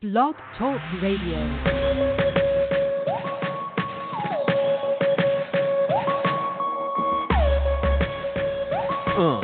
Blog Talk Radio. Uh.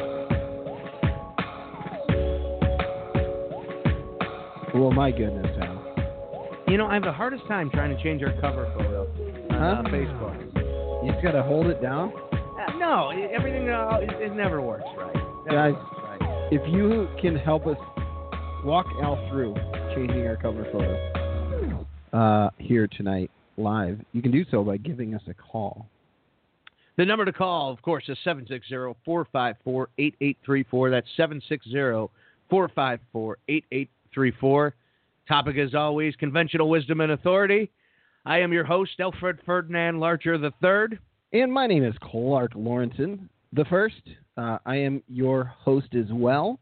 Well, Oh, my goodness, Al. You know, I have the hardest time trying to change our cover photo on uh, Huh? Facebook. You just gotta hold it down. Uh, no, it- everything uh, it, it never works right. Never Guys. works right. If you can help us walk Al through changing our cover photo uh, here tonight live, you can do so by giving us a call. The number to call, of course, is 760-454-8834. That's 760-454-8834. Topic, as always, conventional wisdom and authority. I am your host, Alfred Ferdinand Larcher III. And my name is Clark Lawrenson, the first. Uh, I am your host as well,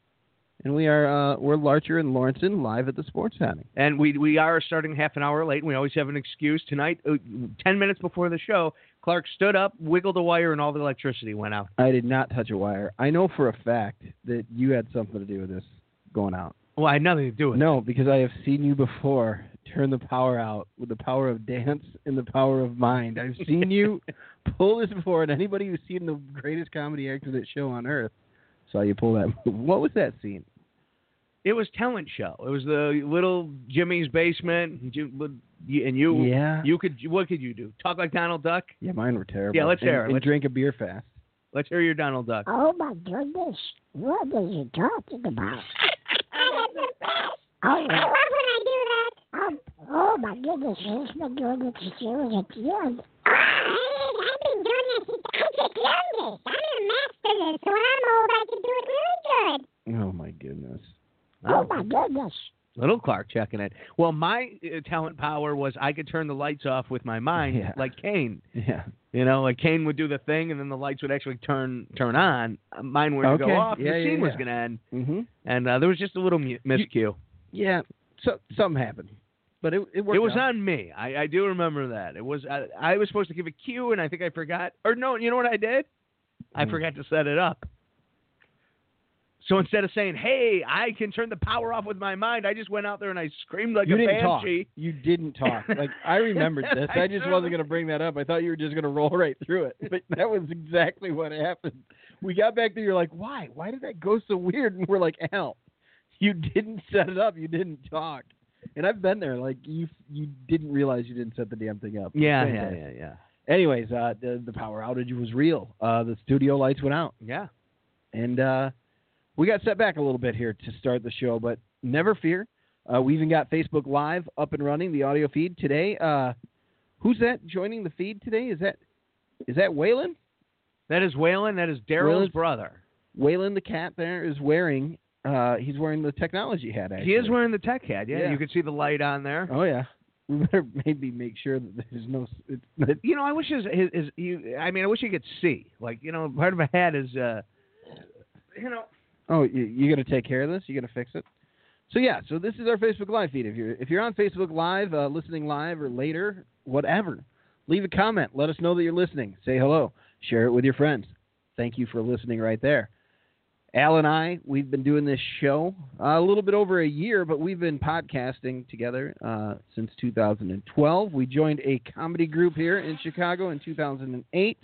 and we are uh, we're Larcher and Lawrenson live at the Sports Hatting. And we, we are starting half an hour late. and We always have an excuse. Tonight, uh, 10 minutes before the show, Clark stood up, wiggled a wire, and all the electricity went out. I did not touch a wire. I know for a fact that you had something to do with this going out. Well, I had nothing to do with it. No, because I have seen you before turn the power out with the power of dance and the power of mind. I've seen you pull this before, and anybody who's seen the greatest comedy actor that show on earth saw you pull that. What was that scene? It was talent show. It was the little Jimmy's basement, and you, and you yeah, You could. What could you do? Talk like Donald Duck. yeah, mine were terrible. Yeah, let's and, hear it. And Let's- drink a beer fast. Let's hear your Donald Duck. Oh my goodness, what are you talking about? Oh, I love when I do that. Um, oh my goodness, he's been doing it since he was a kid. I've been doing it since I was the youngest. I'm a master at this. When I'm old, I can do it really good. Oh my goodness. Oh my goodness. Little Clark checking it. Well, my uh, talent power was I could turn the lights off with my mind, Yeah. like Kane. Yeah. You know, like Kane would do the thing, and then the lights would actually turn turn on. Uh, Mine were to Okay. go off. and Yeah, the yeah, scene was yeah. going to end, Mhm. and uh, there was just a little mu- miscue. Yeah. So something happened, but it it worked. it was out. on me. I, I do remember that. It was I, I was supposed to give a cue, and I think I forgot. Or no, you know what I did? I Hmm. forgot to set it up. So instead of saying, "Hey, I can turn the power off with my mind," I just went out there and I screamed like you a didn't banshee. talk. You didn't talk. Like I remembered this. I I just wasn't going to bring that up. I thought you were just going to roll right through it. But that was exactly what happened. We got back there. You're like, why? Why did that go so weird? And we're like, Al, you didn't set it up. You didn't talk. And I've been there. Like you, you didn't realize you didn't set the damn thing up. Yeah, Same yeah, thing. yeah, yeah, Anyways, uh, the, the power outage was real. Uh, the studio lights went out yeah. and uh, we got set back a little bit here to start the show, but never fear. Uh, we even got Facebook Live up and running, the audio feed today. Uh, who's that joining the feed today? Is that is that Waylon? That is Waylon. That is Daryl's Waylon's- brother. Waylon the cat there is wearing uh, he's wearing the technology hat. Actually. He is wearing the tech hat. Yeah, Yeah. you can see the light on there. Oh yeah. We better maybe make sure that there's no. It's, that, You know, I wish his, his, his you, I mean, I wish you could see. Like, you know, part of a hat is, uh, you know, oh, you, you gonna take care of this? You gonna fix it? So yeah, so this is our Facebook Live feed. If you're if you're on Facebook Live, uh, listening live or later, whatever, leave a comment. Let us know that you're listening. Say hello. Share it with your friends. Thank you for listening right there. Al and I, we've been doing this show uh, a little bit over a year, but we've been podcasting together uh, since 2012. We joined a comedy group here in Chicago in 2008,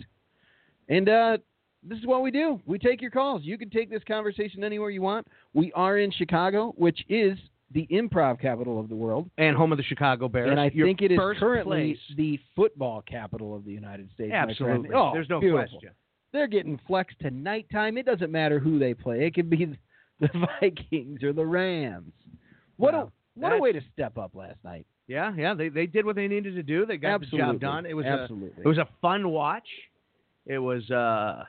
and uh, this is what we do. We take your calls. You can take this conversation anywhere you want. We are in Chicago, which is the improv capital of the world, and home of the Chicago Bears. and I Your think it is first currently place. the football capital of the United States. my friend. Absolutely. Oh, There's no beautiful. question. They're getting flexed to nighttime. It doesn't matter who they play. It could be the Vikings or the Rams. What Wow. a what a That's- way to step up last night. Yeah, yeah. They they did what they needed to do. They got Absolutely. the job done. It was a, absolutely. it was a fun watch. It was uh,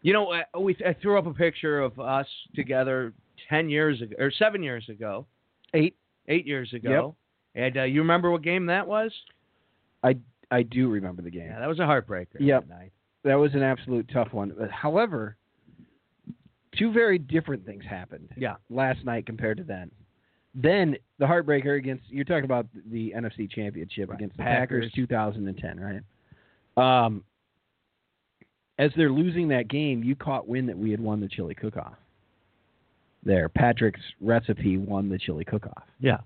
you know, I, we I threw up a picture of us together ten years ago or seven years ago, eight. eight years ago. And uh, you remember what game that was? I do remember the game. Yeah, that was a heartbreaker. Yep. that night. That was an absolute tough one. Uh, However, two very different things happened. Yeah. Last night compared to then. Then the heartbreaker against you're talking about the NFC Championship Right. against the Packers. Packers. 2010, right? Um, as they're losing that game, you caught wind that we had won the chili cook-off. There, Patrick's recipe won the chili cook-off. Yeah.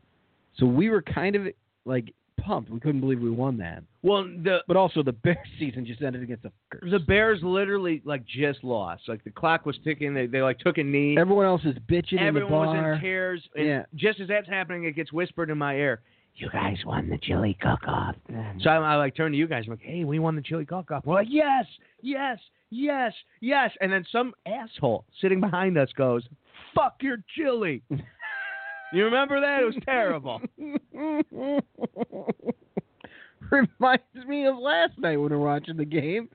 So we were kind of like pumped. We couldn't believe we won that. Well, the But also the Bears season just ended against the Packers. the Bears literally like just lost. Like the clock was ticking. They they like took a knee. Everyone else is bitching Everyone in the bar. was in tears. And Yeah. Just as that's happening, it gets whispered in my ear. You guys won the chili cook-off. So I, Mm. I like turn to you guys. I'm like, hey, we won the chili cook-off. We're like, yes, yes, yes, yes. And then some asshole sitting behind us goes, fuck your chili. you remember that? It was terrible. Reminds me of last night when we were watching the game,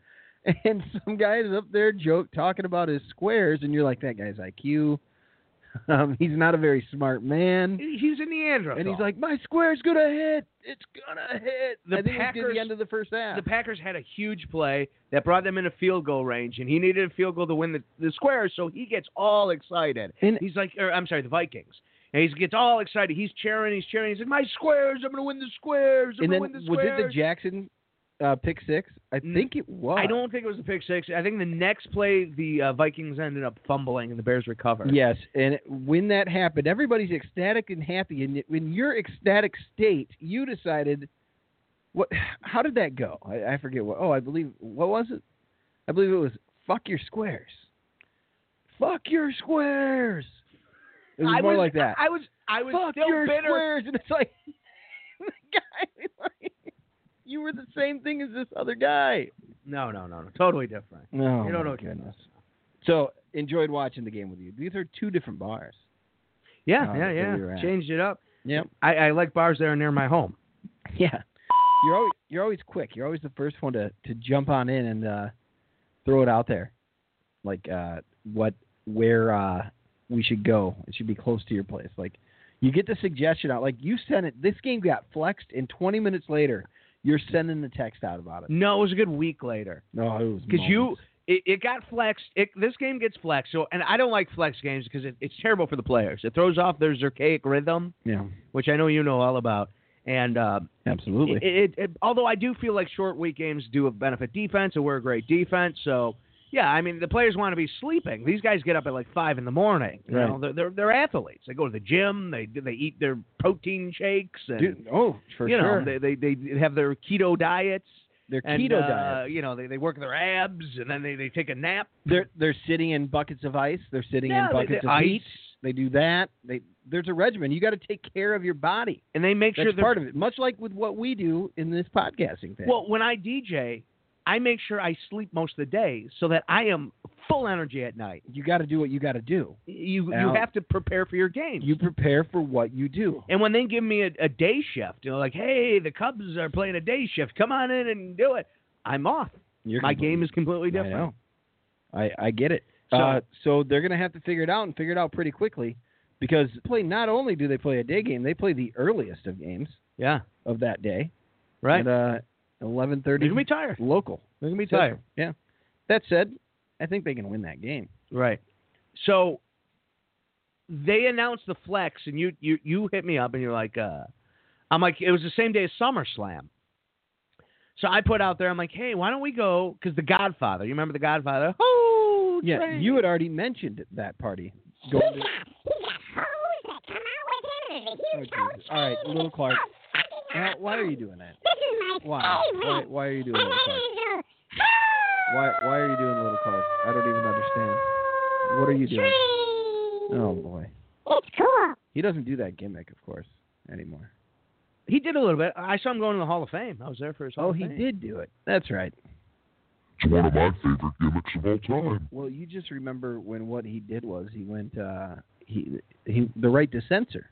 and some guy's up there joke talking about his squares, and you're like, that guy's IQ. Um, he's not a very smart man. He's a Neanderthal. And he's like, my square's gonna hit. It's gonna hit. The I think it was near Packers- the end of the first half. the Packers had a huge play that brought them in a field goal range, and he needed a field goal to win the, the square, so he gets all excited. And- he's like, or I'm sorry, the Vikings. And he gets all excited. He's cheering, he's cheering. He said, My squares, I'm going to win the squares. I'm and going to win then the was squares. it the Jackson uh, pick six? I Mm, think it was. I don't think it was the pick six. I think the next play, the uh, Vikings ended up fumbling, and the Bears recovered. Yes, and when that happened, everybody's ecstatic and happy. And in your ecstatic state, you decided what? How did that go? I, I forget what. Oh, I believe what was it? I believe it was fuck your squares. Fuck your squares. It was I more was, like that. I was, I was fuck still your bitter. squares, and it's like the guy. Like, you were the same thing as this other guy. No, no, no, no. Totally different. No, You don't Oh, my know. goodness. So enjoyed watching the game with you. These are two different bars. Yeah, No, yeah, that's where yeah. we were at. Changed it up. Yep. I, I like bars that are near my home. Yeah. You're always you're always quick. You're always the first one to, to jump on in and uh, throw it out there. Like uh, what where uh, we should go. It should be close to your place. Like you get the suggestion out. Like you sent it this game got flexed and twenty minutes later you're sending the text out about it. No, it was a good week later. No, it was Because you, moments. it, it got flexed. It, this game gets flexed. So, and I don't like flex games because it, it's terrible for the players. It throws off their zircaic rhythm, Yeah. which I know you know all about. And uh, Absolutely. it, it, it, although I do feel like short week games do benefit defense, and we're a great defense. So, yeah, I mean the players want to be sleeping. These guys get up at like five in the morning. You Right. know, they're, they're they're athletes. They go to the gym. They they eat their protein shakes and Dude, oh, for you sure. know they, they they have their keto diets. Their And, keto uh, diet. You know, they, they work their abs and then they, they take a nap. They're they're sitting in buckets of ice. They're sitting Yeah, in they- buckets they- of ice. heat. They do that. They there's a regimen. You got to take care of your body. And they make That's sure they're. part of it. Much like with what we do in this podcasting thing. Well, when I DJ, I make sure I sleep most of the day so that I am full energy at night. you got to do what you got to do. You Now- you have to prepare for your game. You prepare for what you do. and when they give me a, a day shift, you know, like, hey, the Cubs are playing a day shift. Come on in and do it. I'm off. You're My completely- game is completely different. I know. I, I get it. So- uh, so they're going to have to figure it out and figure it out pretty quickly because play not only do they play a day game, they play the earliest of games Yeah. of that day Right. at uh, 11:30 They're gonna be tired. local. They're gonna be Central. tired. Yeah. That said, I think they can win that game. Right. So they announced the flex, and you you you hit me up, and you're like, uh, I'm like, it was the same day as SummerSlam. So I put out there, I'm like, hey, why don't we go? Because The Godfather, you remember The Godfather? Oh, Yeah, train. you had already mentioned that party. He's Going got, to- he's got hoes that come out with him. and Oh, He's so Jesus. All right, shady. little Clark. It's so fucking Now, why are you awesome. doing that? This is my Why? Oh, Why, favorite. why are you doing And little it Clark? is a Why, why are you doing little Clark? I don't even understand. What are you doing? train. Oh boy, It's cool. he doesn't do that gimmick, of course, anymore. He did a little bit. I saw him going to the Hall of Fame. I was there for his Hall Oh, of he Fame. did do it. That's right. It's one of my favorite gimmicks of all time. Well, you just remember when what he did was he went uh, he he the right to censor,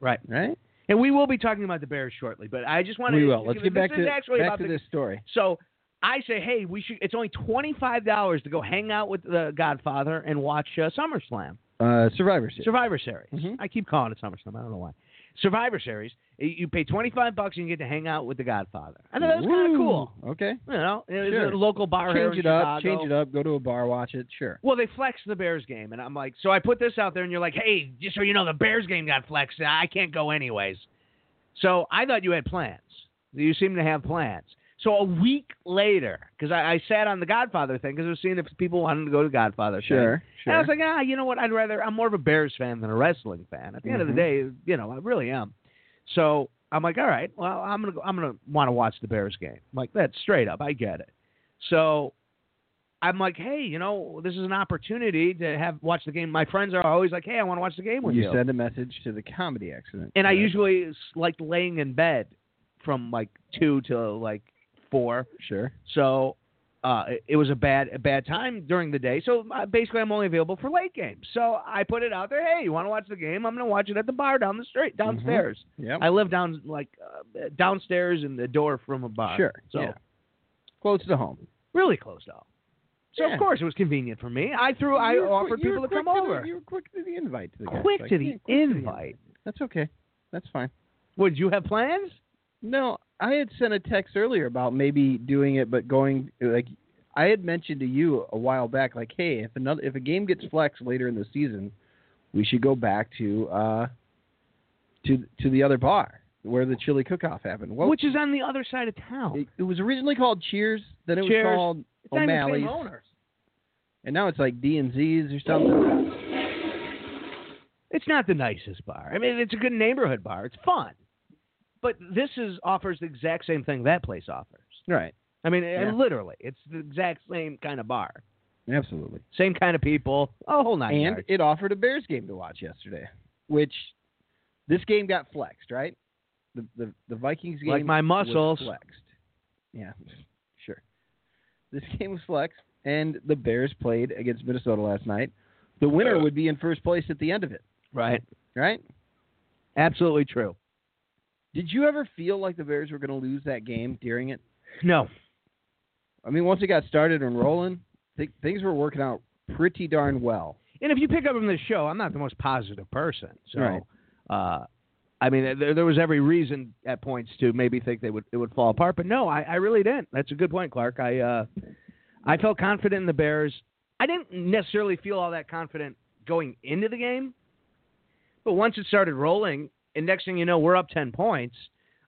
Right. right? And we will be talking about the Bears shortly, but I just wanted we to will. Let's this get back is to actually back about to the- this story. So I say, hey, we should. It's only twenty five dollars to go hang out with the Godfather and watch uh, SummerSlam Uh, Survivor Series. Survivor Series. Mhm. I keep calling it SummerSlam. I don't know why. Survivor Series. y- You pay twenty five bucks and you get to hang out with the Godfather. I thought that was kind of Woo. cool. Okay. You know, it was Sure. a local bar here Change in it up. Chicago. Change it up. Go to a bar, watch it. Sure. Well, they flexed the Bears game, and I'm like, so I put this out there, and you're like, hey, just so you know, the Bears game got flexed, and I can't go anyways. So I thought you had plans. You seem to have plans. So a week later, because I, I sat on the Godfather thing, because I was seeing if people wanted to go to Godfather. thing. Sure. Sure. And I was like, ah, you know what? I'd rather. I'm more of a Bears fan than a wrestling fan. At the end of the Mhm. day, you know, I really am. So I'm like, all right, well, I'm gonna go, I'm gonna want to watch the Bears game. I'm like that's straight up. I get it. So I'm like, hey, you know, this is an opportunity to have watch the game. My friends are always like, hey, I want to watch the game with you. you send a message to the comedy accident. and I Right. usually s- like laying in bed from like two till like four. sure. So uh, it, it was a bad a bad time during the day. So uh, basically, I'm only available for late games. So I put it out there. Hey, you want to watch the game? I'm going to watch it at the bar down the street, Mm-hmm. downstairs. Yep. I live down like uh, downstairs in the door from a bar. Sure. So Yeah. Close to home. really close though. So Yeah. of course it was convenient for me. I threw. I You were offered quick- you were people to quick come over. The, you were quick to the invite. To the guy. quick Like, to yeah, the quick to the invite. That's okay. That's fine. Would you have plans? No, I had sent a text earlier about maybe doing it, but going like I had mentioned to you a while back, like, hey, if another if a game gets flexed later in the season, we should go back to uh to to the other bar where the chili cook-off happened. Well, Which is on the other side of town. it, it was originally called Cheers, then it Cheers. was called It's not even the O'Malley's, same owners. and now it's like D and Z's or something. It's not the nicest bar. I mean, it's a good neighborhood bar. It's fun, but this is offers the exact same thing that place offers. Right. I mean, Yeah. literally, it's the exact same kind of bar, Absolutely. same kind of people. Oh, whole nine and yards. it offered a Bears game to watch yesterday, which this game got flexed, right? The the, the Vikings game Like my was muscles. flexed. Yeah, sure. This game was flexed, and the Bears played against Minnesota last night. The winner would be in first place at the end of it, right? right? Absolutely true. Did you ever feel like the Bears were going to lose that game during it? No, I mean, once it got started and rolling, th- things were working out pretty darn well. and if you pick up from this show, I'm not the most positive person. So, Right. uh, I mean, there, there was every reason at points to maybe think they would it would fall apart, but no, I, I really didn't. That's a good point, Clark. I uh, I felt confident in the Bears. I didn't necessarily feel all that confident going into the game, but once it started rolling, and next thing you know, we're up ten points.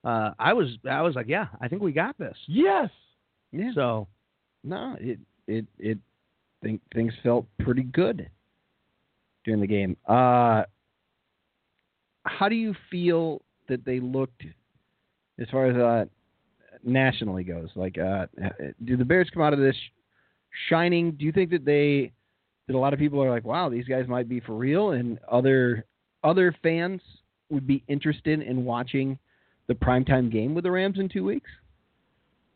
Uh, I was I was like, yeah, I think we got this. Yes. Yeah. So No, it it it think things felt pretty good during the game. Uh how do you feel that they looked as far as uh nationally goes? Like uh do the Bears come out of this shining? Do you think that they that a lot of people are like, "Wow, these guys might be for real," and other other fans would be interested in watching the primetime game with the Rams in 2 weeks?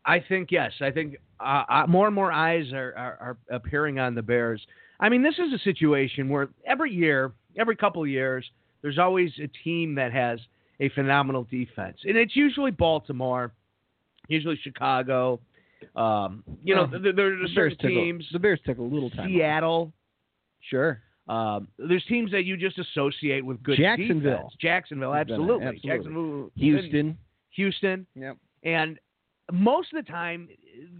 I think yes. I think uh, uh, more and more eyes are, are, are appearing on the Bears. I mean, this is a situation where every year, every couple of years, there's always a team that has a phenomenal defense, and it's usually Baltimore, usually Chicago. Um, you know, Yeah. th- th- there are The Bears certain took a- teams, the Bears took a little time. off. Seattle. Sure. Um, there's teams that you just associate with good Jacksonville. defense. Jacksonville, You've been there, absolutely. absolutely. Jacksonville, Houston. Houston. Yep. And most of the time,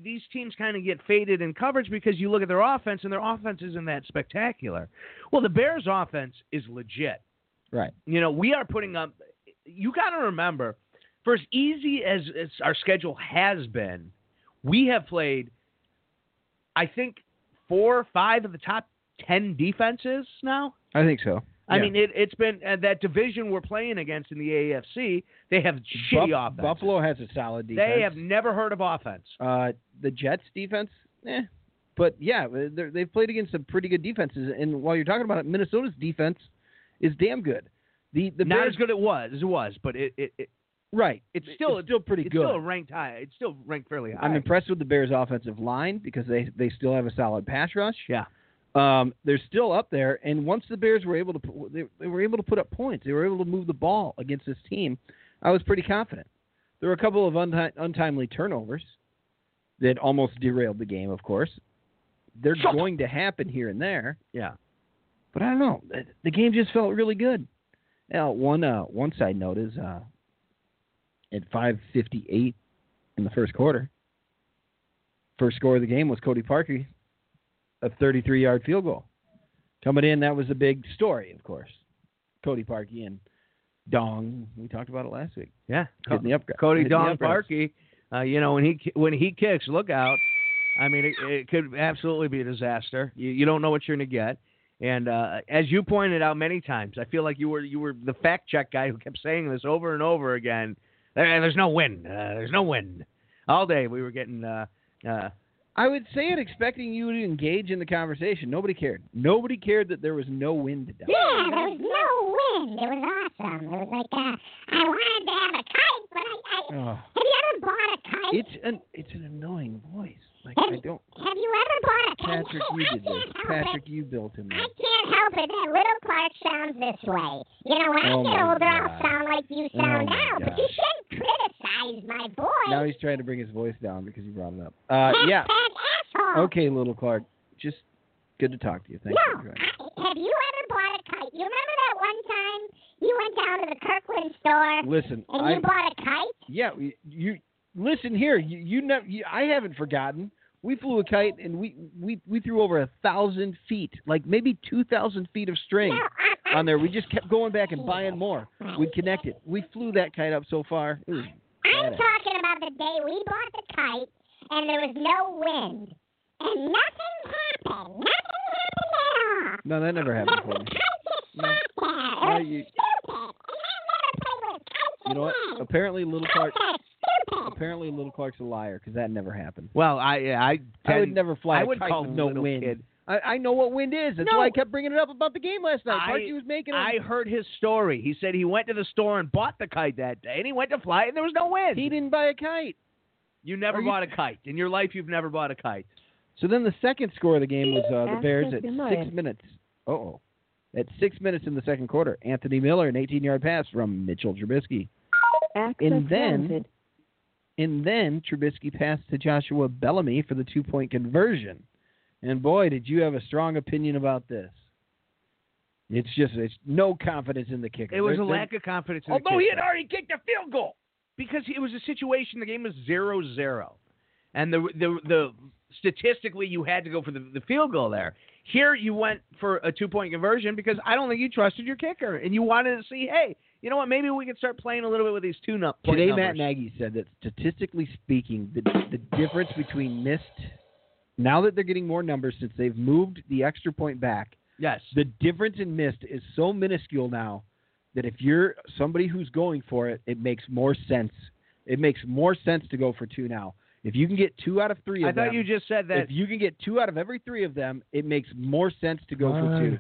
these teams kind of get faded in coverage because you look at their offense and their offense isn't that spectacular. Well, the Bears' offense is legit. Right. You know, we are putting up, you got to remember, for as easy as, as our schedule has been, we have played, I think, four or five of the top 10 defenses now. I think so. I Yeah. mean, it, it's been uh, that division we're playing against in the AFC. They have shitty Buff- offense. Buffalo has a solid defense. They have never heard of offense. uh, the Jets defense. Eh. But yeah, they're- they've played against some pretty good defenses. And while you're talking about it, Minnesota's defense is damn good. The the Not Bears as good it was as it was, but it, it, it Right. It's still it's still pretty it's good. still ranked high. It's still ranked fairly high. I'm impressed with the Bears' offensive line because they they still have a solid pass rush. Yeah. Um, they're still up there, and once the Bears were able to pu- they, they were able to put up points, they were able to move the ball against this team. I was pretty confident. There were a couple of unti- untimely turnovers that almost derailed the game. Of course, they're Shut up. going to happen here and there. Yeah. But I don't know. The- The game just felt really good. Now, one uh, one side note is uh, at 5:58 in the first quarter, first score of the game was Cody Parkey, a 33-yard field goal. Coming in, that was a big story, of course. Cody Parkey and Dong. We talked about it last week. Yeah. Hitting the up, Cody hitting the Don up routes. Parkey, uh, you know when he ki- when he kicks, look out. I mean, it, it could absolutely be a disaster. You, you don't know what you're going to get. And uh, as you pointed out many times, I feel like you were you were the fact check guy who kept saying this over and over again. "Eh, There's no win. Uh, there's no win. All day we were getting. Uh, uh, I would say it expecting you to engage in the conversation. Nobody cared. Nobody cared that there was no wind to die. Yeah, there was no wind. It was awesome. It was like uh, I wanted to have a kite, but I, I Ugh. have you ever bought a kite? It's an it's an annoying voice. Like I don't have you ever bought a kite? Patrick, you I did this. can't help Patrick, it. you built him. I This. can't help it. That little part sounds this way. You know, when I get Oh, my older, I'll God. sound like you Oh, sound my now. But you gosh. shouldn't criticize my voice. Now he's trying to bring his voice down because you brought it up. Uh, Hashtag yeah. Asshole. Okay, little Clark. Just good to talk to you. Thank you. No, for joining. I, have you ever bought a kite? You remember that one time you went down to the Kirkland store Listen, and I you bought a kite? yeah we- you listen here. You you, nev- you I haven't forgotten. We flew a kite and we we we threw over a thousand feet, like maybe two thousand feet of string. No, I, I, on there. We just kept going back and buying more. We connected. We flew that kite up so far. It was- I'm Got it. talking about the day we bought the kite and there was no wind. And nothing happened. Nothing happened at all. no, that never But the happened for me. kite just No. sat there. It No, was you- stupid. And I never played with kites You know what? again. Apparently, little Clark. Kites are stupid. Apparently, little Clark's a liar because that never happened. well, I I I would tend- never fly I a would kite call with no little wind. kid. I, I know what wind is. That's No. why I kept bringing it up about the game last night. I- Parky was making. a- I heard his story. He said he went to the store and bought the kite that day, and he went to fly, it and there was no wind. he didn't buy a kite. You never Are you- bought a kite in your life. You've never bought a kite. So then the second score of the game was uh, the Bears at Asking for six mine. minutes. Uh oh. At six minutes in the second quarter, Anthony Miller, an 18 yard pass from Mitchell Trubisky. Access And then- granted. And then Trubisky passed to Joshua Bellamy for the two point conversion. And boy, did you have a strong opinion about this. It's just it's no confidence in the kicker. It was There- a there- lack of confidence. In Although the he had already kicked a field goal because it was a situation. The game was zero zero, and the the the statistically you had to go for the, the field goal there. Here you went for a two point conversion because I don't think you trusted your kicker and you wanted to see. Hey, you know what? Maybe we could start playing a little bit with these two nut point Today, numbers. Matt Nagy said that statistically speaking, the, the difference between missed, now that they're getting more numbers since they've moved the extra point back, Yes. the difference in missed is so minuscule now that if you're somebody who's going for it, it makes more sense. It makes more sense to go for two now. If you can get two out of three of I thought them, you just said that. if you can get two out of every three of them, it makes more sense to go for Uh, two.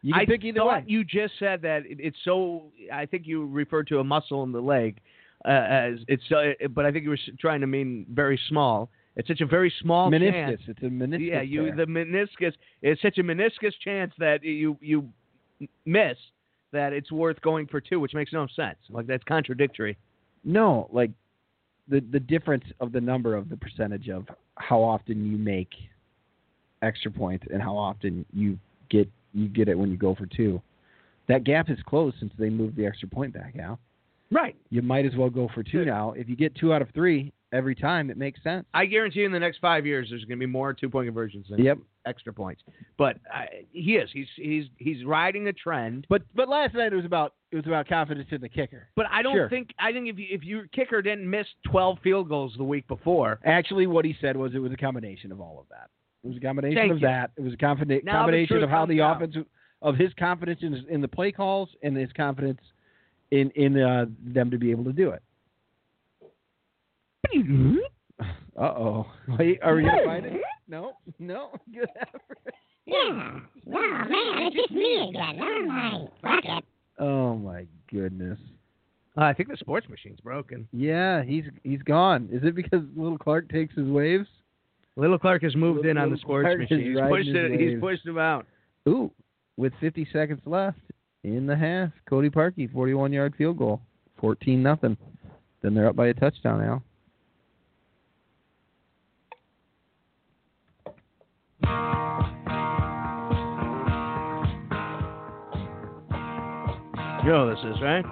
You can I pick either thought way. You just said that it, it's so. I think you referred to a muscle in the leg uh, as it's. Uh, but I think you were s- trying to mean very small. It's such a very small meniscus. chance. It's a meniscus. yeah, you tear. the meniscus. It's such a meniscus chance that you you miss that it's worth going for two, which makes no sense. Like that's contradictory. No, like the the difference of the number of the percentage of how often you make extra points and how often you get you get it when you go for two. That gap is closed since they moved the extra point back out. Right. You might as well go for two Good. now. If you get two out of three every time, it makes sense. I guarantee you, in the next five years, there's going to be more two point conversions than Yep. extra points. But I, he is. He's he's he's riding a trend. But but last night it was about it was about confidence in the kicker. But I don't Sure. think I think if you, if your kicker didn't miss twelve field goals the week before, Actually, what he said was it was a combination of all of that. It was a combination Thank of you. that. It was a combina- Now the combination truth of how comes the out. offense of his confidence in, in the play calls and his confidence in in uh, them to be able to do it. Uh oh. Wait, are we gonna find it? No, no. Good effort. Yeah. No, man, it's just me again. Never mind. Fuck it. Oh my goodness. Uh, I think the sports machine's broken. Yeah, he's he's gone. Is it because little Clark takes his waves? Little Clark has moved in on Little the sports Clark is machine. He's riding pushed, his it, he's wave. pushed him out. Ooh, with 50 seconds left in the half, Cody Parkey, 41 yard field goal, 14 nothing. Then they're up by a touchdown now. You know this is, right?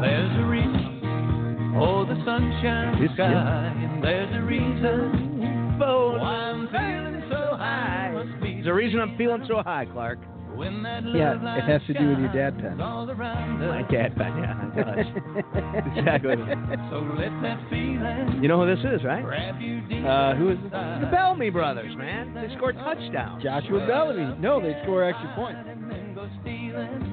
There's a reason for the sunshine This sky, and there's a reason for why I'm feeling so high. Must be There's a reason I'm feeling so high, Clark. when that Yeah, love it light has to do with your dad shines pen. all around us. My dad, but yeah, it does. Exactly. So let that feeling You know who this is, right? grab you deep. Uh, who is this? inside. The Bellamy brothers, man. They scored touchdowns. Joshua Bellamy. No, they score extra points. And then go stealing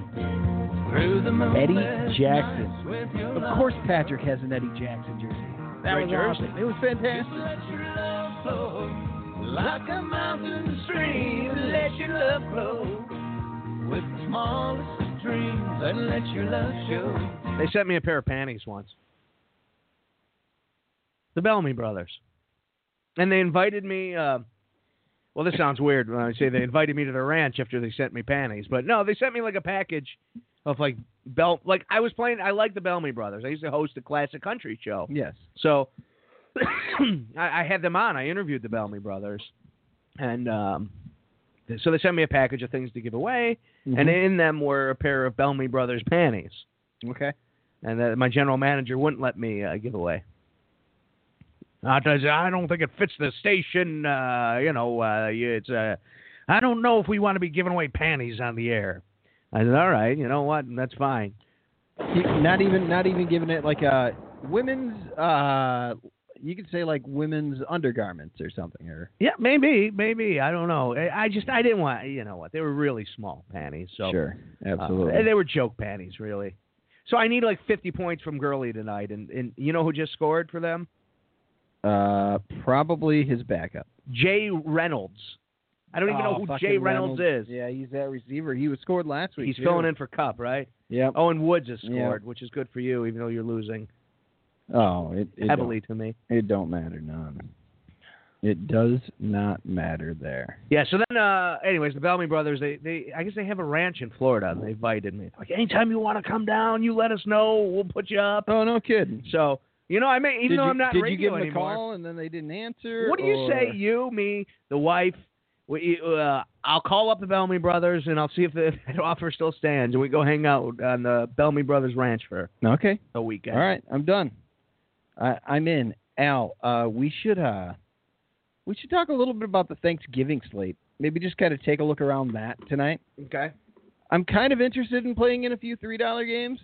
through the moonlit Jackson. nights with your Of love. course, Patrick has an Eddie Jackson jersey. That Great was jersey. awesome. It was fantastic. Just let your love flow like a mountain stream. Let your love flow with the smallest of dreams and let your love show. They sent me a pair of panties once. The Bellamy brothers. And they invited me. Uh, well, this sounds weird when I say they invited me to their ranch after they sent me panties, but no, they sent me like a package of like Bell. Like I was playing. I like the Bellamy brothers. I used to host a classic country show, Yes. so I, I had them on. I interviewed the Bellamy brothers, and um, so they sent me a package of things to give away, Mm-hmm. and in them were a pair of Bellamy brothers panties okay. and that my general manager wouldn't let me uh, give away. I does- I don't think it fits the station. Uh, you know, uh, you- it's. Uh, I don't know if we want to be giving away panties on the air. I said, all right, you know what? That's fine. Not even not even giving it like a women's uh you could say like women's undergarments or something or Yeah, maybe, maybe. I don't know. I, I just, I didn't want. You know what? They were really small panties, so sure. uh, they were joke panties, really. So I need like 50 points from Gurley tonight, and, and you know who just scored for them? Uh, probably his backup. Jay Reynolds. I don't even Oh, know who fucking Jay Reynolds, is. Yeah, he's that receiver. He was scored last week. He's filling in for Cup, right? Yeah. Owen Woods has Yeah. scored, which is good for you, even though you're losing Oh, it it heavily to me. Don't, it don't matter none. It does not matter there. Yeah. So then, uh, anyways, the Bellamy brothers, they, they, I guess they have a ranch in Florida. And they invited me. Like, anytime you want to come down, you let us know. We'll put you up. Oh no, kidding. So, you know, I may, even did though you, I'm not did you radio give him anymore. a call and then they didn't answer? What do you or- say? You, me, the wife. We, uh, I'll call up the Bellamy brothers and I'll see if the that offer still stands, and we go hang out on the Bellamy brothers ranch for Okay. a weekend. All right, I'm done. I, I'm in. Al, uh, we should uh, we should talk a little bit about the Thanksgiving slate. Maybe just kind of take a look around that tonight. Okay. I'm kind of interested in playing in a few three dollar games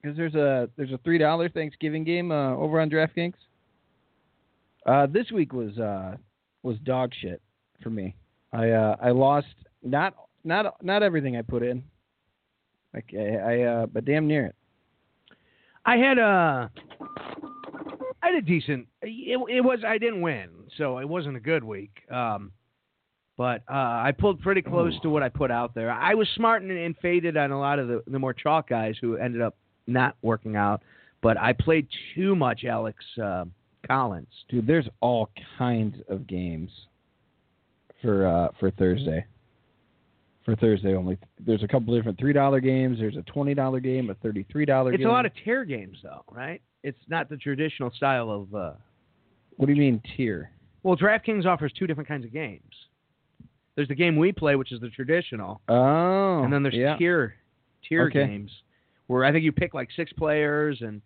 because there's a there's a three dollar Thanksgiving game uh, over on DraftKings. Uh, this week was uh, was dog shit for me. I uh, I lost not not not everything I put in. Like I, I uh, but damn near it. I had a, I had a decent. It, it was I didn't win, so it wasn't a good week. Um, but uh, I pulled pretty close to what I put out there. I was smart and, and faded on a lot of the, the more chalk guys who ended up not working out. But I played too much Alex uh, Collins. Dude, there's all kinds of games for uh, for Thursday. For Thursday only, there's a couple different three dollar games. There's a twenty dollar game, a thirty three dollar game. It's a lot of tear games though, right? It's not the traditional style of. Uh, What do you mean tier? well, DraftKings offers two different kinds of games. There's the game we play, which is the traditional, Oh, and then there's yeah. tier tier Okay. games where I think you pick like six players and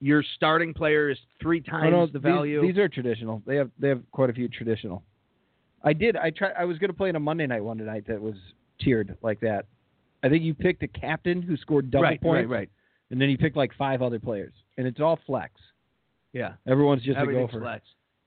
your starting player is three Oh, times no, the these- value. These, are traditional. They have they have quite a few traditional. I did. I tried. I was going to play in a Monday night one tonight that was tiered like that. I think you picked a captain who scored double right, points, right, right. and then you picked like five other players, and it's all flex. Yeah. Everyone's just a Everything's gopher. flex.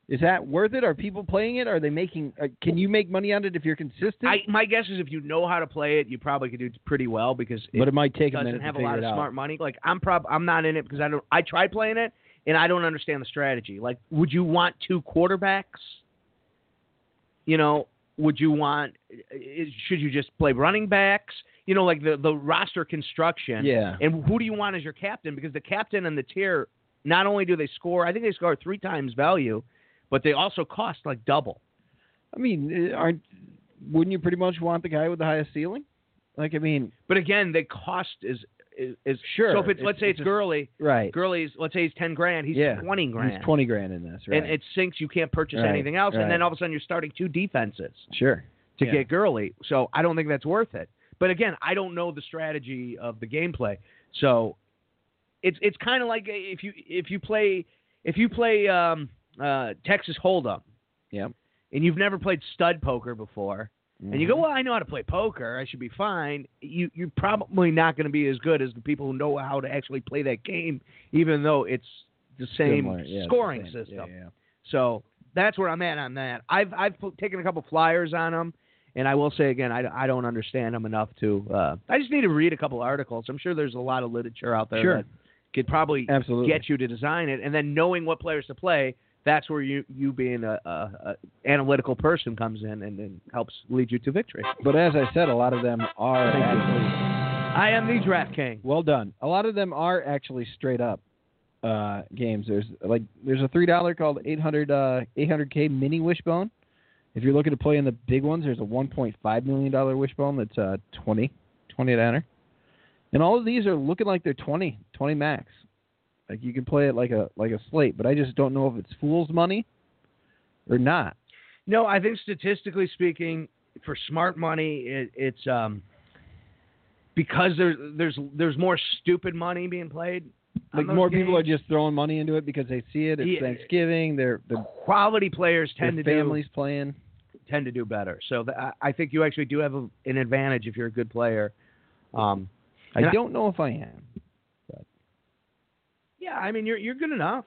Is that worth it? Are people playing it? Are they making? Uh, can you make money on it if you're consistent? I my guess is if you know how to play it, you probably could do pretty well because it but it might take a minute doesn't to have a figure lot it of out. smart money. Like I'm prob I'm not in it because I don't I try playing it and I don't understand the strategy. Like would you want two quarterbacks? You know, would you want is, should you just play running backs? you know, like the, the roster construction. Yeah. And who do you want as your captain? Because the captain and the tier, not only do they score, I think they score three times value, but they also cost like double. I mean, eh, aren't wouldn't you pretty much want the guy with the highest ceiling? Like, I mean, But again, the cost is is, is Sure. So if it's, It's- let's say it's it's, just- Gurley, right? Gurley's let's say he's ten grand, he's Yeah. twenty grand, He's twenty grand in this, right? and it sinks. You can't purchase Right, anything else, right. and then all of a sudden you're starting two defenses. sure. to Yeah. get Gurley. So I don't think that's worth it. But again, I don't know the strategy of the gameplay. So it's it's kind of like uh, if you if you play if you play um, uh, Texas Hold'em. Yep. And you've never played stud poker before, and you Mhm. go, "Well, I know how to play poker. I should be fine." You you're probably not going to be as good as the people who know how to actually play that game, even though it's the same Similar, yeah, it's the scoring same. system. Yeah, yeah. So that's where I'm at on that. I've I've pl- taken a couple flyers on them, and I will say again, I, I don't understand them enough to. Uh, I just need to read a couple articles. I'm sure there's a lot of literature out there Sure. that could probably Absolutely. get you to design it, and then knowing what players to play. That's where you you being a, a, a analytical person comes in and, and helps lead you to victory. But as I said, a lot of them are actually I am the draft king. well done. A lot of them are actually straight up uh, games. There's like there's a three dollar called 800 uh, 800k mini wishbone. If you're looking to play in the big ones, there's a 1.5 million dollar wishbone that's uh, 20 20 to enter. And all of these are looking like they're 20 20 max. Like you can play it like a like a slate, but I just don't know if it's fool's money or not. No, I think statistically speaking, for smart money, it, it's um, because there's there's there's more stupid money being played. on Like those more people are games. just throwing money into it because they see it. It's Yeah. Thanksgiving. They're they're quality players tend to their families playing. do tend to do better. So th- I- I think you actually do have a, an advantage if you're a good player. Um, And I I- don't know if I am. yeah, I mean you're you're good enough.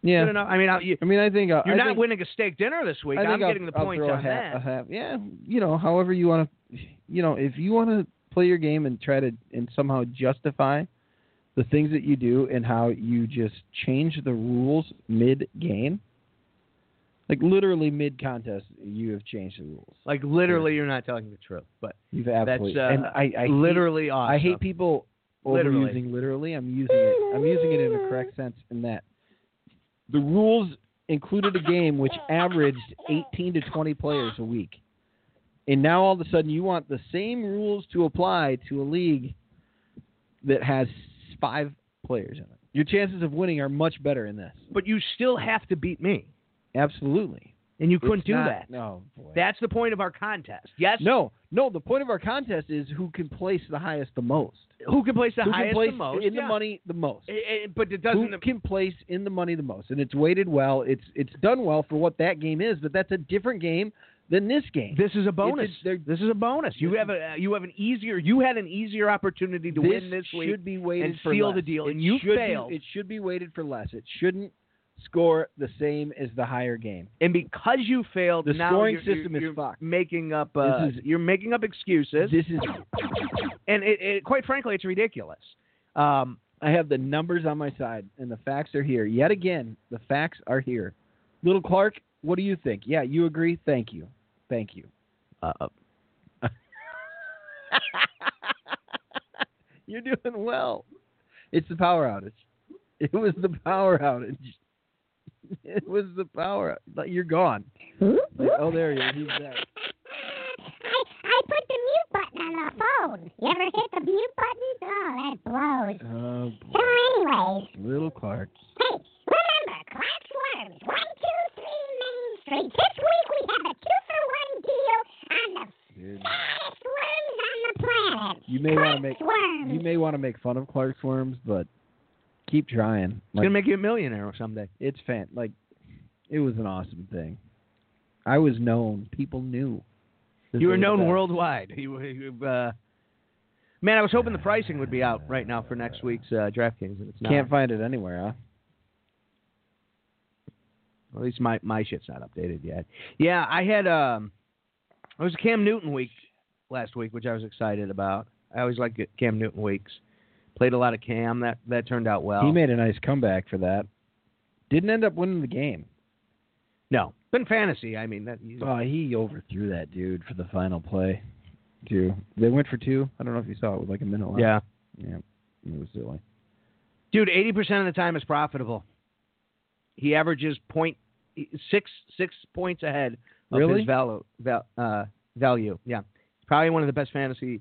Yeah. Good enough. I mean I, you, I mean, I think uh, you're I not think, winning a steak dinner this week. I I'm think I'll- getting the I'll point throw a on hat, that. a hat. Yeah, you know, however you want to, you know, if you want to play your game and try to and somehow justify the things that you do and how you just change the rules mid game, like literally mid contest, you have changed the rules. Like literally, you're not telling the truth. But You've that's absolutely uh, and I, I hate- literally awesome. I hate people Literally. overusing literally. I'm using it. I'm using it in the correct sense in that the rules included a game which averaged 18 to 20 players a week. And now all of a sudden you want the same rules to apply to a league that has five players in it. Your chances of winning are much better in this. But you still have to beat me, Absolutely. and you couldn't It's do not- that. No, boy. That's the point of our contest. Yes. no, no, the point of our contest is who can place the highest the most. Who can place the who highest can place the most? in yeah. the money the most. I- I- but it who doesn't. can place in the money the most, and it's weighted well. It's it's done well for what that game is, but that's a different game than this game. this is a bonus. it's- they're- this is a bonus. You have a you have an easier you had an easier opportunity to win this should week. be weighted and for seal less. the deal, It and you should be- failed. it should be weighted for less. It shouldn't score the same as the higher game. And because you failed, The now scoring you're- you're- system is you're fucked. Making up, uh, This is- you're making up excuses, This is. and it, it, quite frankly, it's ridiculous. Um, I have the numbers on my side, and the facts are here. Yet again, the facts are here. Little Clark, what do you think? Yeah, you agree? Thank you, thank you. uh, You're doing well. It's the power outage. It was the power outage. It was the power. Like, You're gone. Like, oh, there he is. He's back. I, I put the mute button on my phone. You ever hit the mute button? Oh, that blows. Oh, So, anyways, little Clark. hey, remember, Clark's Worms, 123 Main Street. This week we have a two for one deal on the Dude. fattest worms on the planet. You may want to Clark's make Worms. you may want to make fun of Clark's worms, but keep trying. it's Like, gonna make you a millionaire someday. it's fan like it was an awesome thing. I was known. People knew. This You were was known the best. worldwide. You, you, uh, man, I was hoping the pricing would be out right now for next week's uh, DraftKings, and it's not. Can't find it anywhere, huh? At least my my shit's not updated yet. Yeah, I had um, it was Cam Newton week last week, which I was excited about. I always like Cam Newton weeks. Played a lot of Cam. That that turned out well. He made a nice comeback for that. Didn't end up winning the game. no, been fantasy. I mean, that he's, Oh, he overthrew that dude for the final play. Two. They went for two. I don't know if you saw it with like a minute left. Yeah. Yeah. It was silly. Dude, 80% of the time it's profitable. He averages point six six points ahead of Really? his value. Val, uh, value. Yeah. He's probably one of the best fantasy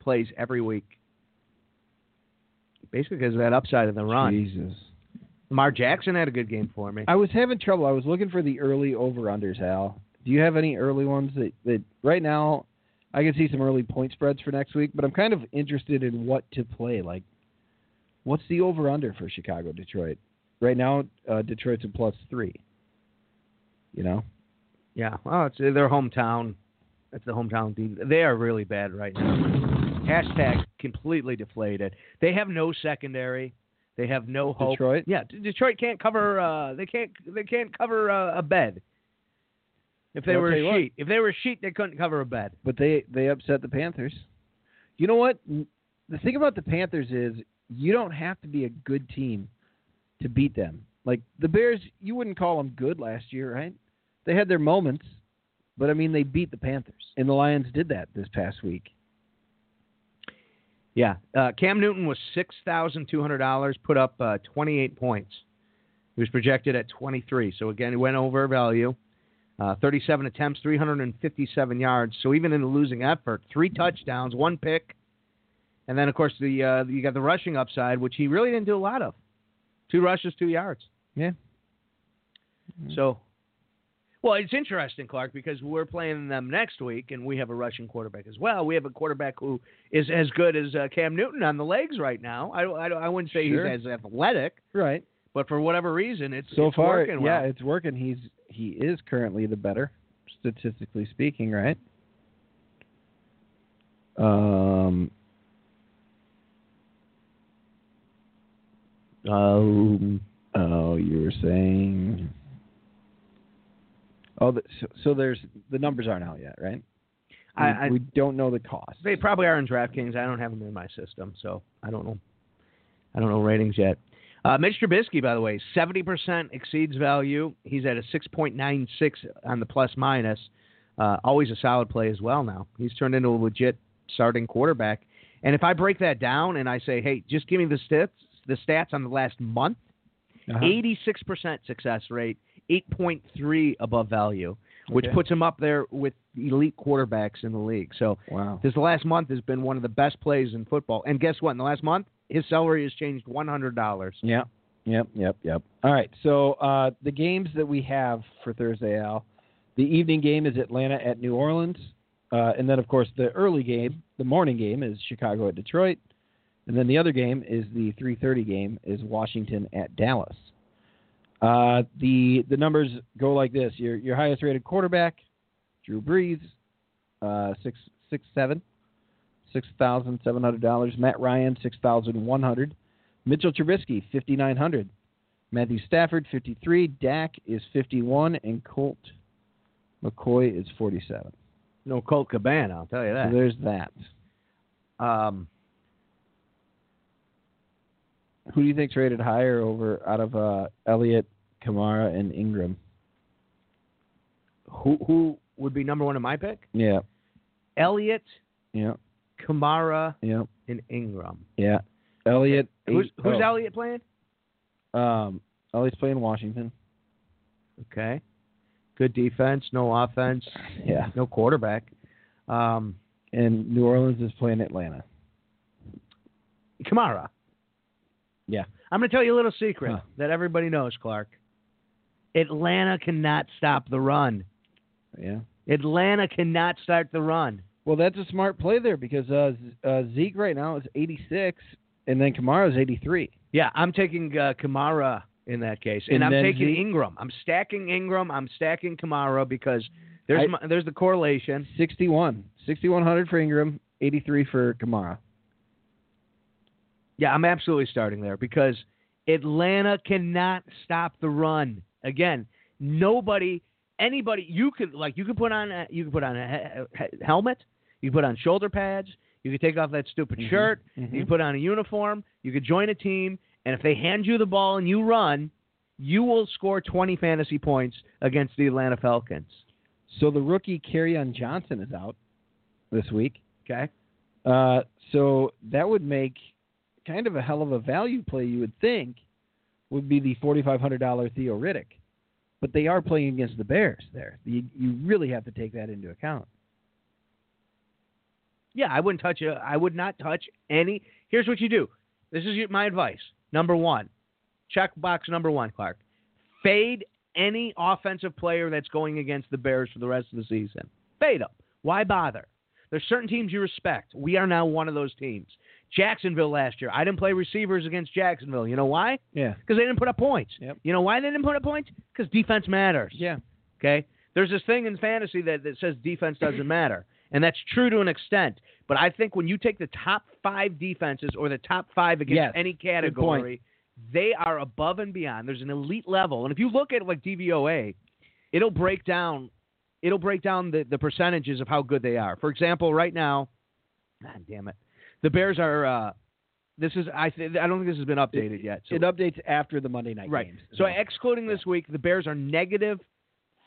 plays every week. Basically, because of that upside of the run. Jesus. Lamar Jackson had a good game for me. I was having trouble. I was looking for the early over unders, Hal. Do you have any early ones that, that right now I can see some early point spreads for next week, but I'm kind of interested in what to play. Like, what's the over under for Chicago Detroit? Right now, uh, Detroit's a plus three. You know? Yeah. Well, Oh, it's uh, their hometown. It's the hometown team. They are really bad right now. Hashtag completely deflated. They have no secondary. They have no hope. Detroit? Yeah, D- Detroit can't cover. Uh, they can't. They can't cover uh, a bed. If they I'll were tell you a what. sheet, if they were a sheet, they couldn't cover a bed. But they, they upset the Panthers. You know what? The thing about the Panthers is you don't have to be a good team to beat them. Like, the Bears, you wouldn't call them good last year, right? They had their moments, but I mean, they beat the Panthers. And the Lions did that this past week. Yeah. Uh, Cam Newton was six thousand two hundred dollars. Put up uh, twenty eight points. He was projected at twenty three. So again, he went over value. Uh, thirty seven attempts, three hundred and fifty seven yards. So even in a losing effort, three touchdowns, one pick, and then of course the uh, you got the rushing upside, which he really didn't do a lot of. Two rushes, two yards. Mm-hmm. Yeah. So. Well, it's interesting, Clark, because we're playing them next week, and we have a Russian quarterback as well. We have a quarterback who is as good as uh, Cam Newton on the legs right now. I, I, I wouldn't say Sure. he's as athletic, Right. but for whatever reason, it's so it's far, working yeah, well. it's working. He's he is currently the better, statistically speaking, right? Um, um oh, you were saying. Oh, the, so, so there's the numbers aren't out yet, right? We, I, I, we don't know the cost. they probably are in DraftKings. I don't have them in my system, so I don't know. I don't know ratings yet. Uh, Mitch Trubisky, by the way, seventy percent exceeds value. He's at a six point nine six on the plus minus. Uh, always a solid play as well. Now he's turned into a legit starting quarterback. And if I break that down and I say, hey, just give me the stats, the stats on the last month. Uh-huh. 86% success rate, 8.3 above value, which Okay. puts him up there with elite quarterbacks in the league. So Wow. this last month has been one of the best plays in football. And guess what? In the last month, his salary has changed $100. Yeah. Yep. Yep. Yep. All right. So uh, the games that we have for Thursday, Al, the evening game is Atlanta at New Orleans, uh, and then of course the early game, the morning game is Chicago at Detroit, and then the other game is the 3:30 game is Washington at Dallas. Uh, the the numbers go like this: your your highest rated quarterback, Drew Brees, uh, six six seven. Six thousand seven hundred dollars. Matt Ryan, six thousand one hundred. Mitchell Trubisky, 5,900. Matthew Stafford, 53. Dak is 51. And Colt McCoy is 47. No Colt Cabana, I'll tell you So that. there's that. Um, Who do you think traded higher over out of uh, Elliott, Kamara, and Ingram? who, who would be number one in my pick? Yeah, Elliott, yeah, Kamara, yeah, and Ingram. yeah. Elliott. Who's, eight- who's oh, Elliott playing? Um, Elliott's playing Washington. Okay. Good defense, no offense, Yeah. no quarterback. Um, And New Orleans is playing Atlanta. Kamara. Yeah. I'm going to tell you a little secret Huh. that everybody knows, Clark. Atlanta cannot stop the run. Yeah. Atlanta cannot start the run. Well, that's a smart play there because uh, Z- uh, Zeke right now is 86, and then Kamara is 83. Yeah, I'm taking uh, Kamara in that case, and, And I'm then taking Zeke? Ingram. I'm stacking Ingram. I'm stacking Kamara because there's I- my, there's the correlation. 61. 6,100 for Ingram, 83 for Kamara. Yeah, I'm absolutely starting there because Atlanta cannot stop the run. Again, nobody, anybody, you could like you could put on a, you could put on a he- he- helmet, you could put on shoulder pads, you could take off that stupid Mhm. shirt, you could put on a uniform, you could join a team, and if they hand you the ball and you run, you will score 20 fantasy points against the Atlanta Falcons. So the rookie Carryon Johnson is out this week. Okay. Uh, so that would make kind of a hell of a value play. You would think would be the forty five hundred dollar Theo Riddick, but they are playing against the Bears there. You, you really have to take that into account. Yeah, I wouldn't touch. A, I would not touch any. Here's what you do. This is your- my advice. Number one, check box number one, Clark. Fade any offensive player that's going against the Bears for the rest of the season. Fade them. Why bother? There's certain teams you respect. We are now one of those teams. Jacksonville last year. I didn't play receivers against Jacksonville. You know why? Yeah. Because they didn't put up points. Yep. You know why they didn't put up points? Because defense matters. Yeah. Okay? There's this thing in fantasy that, that says defense doesn't matter. And that's true to an extent. But I think when you take the top five defenses or the top five against Yes. any category, they are above and beyond. There's an elite level. And if you look at like DVOA, it'll break down it'll break down the, the percentages of how good they are. For example, right now, God damn it. The Bears are uh, this is I th- I don't think this has been updated yet. So It updates after the Monday night Right. games. So excluding this week, the Bears are negative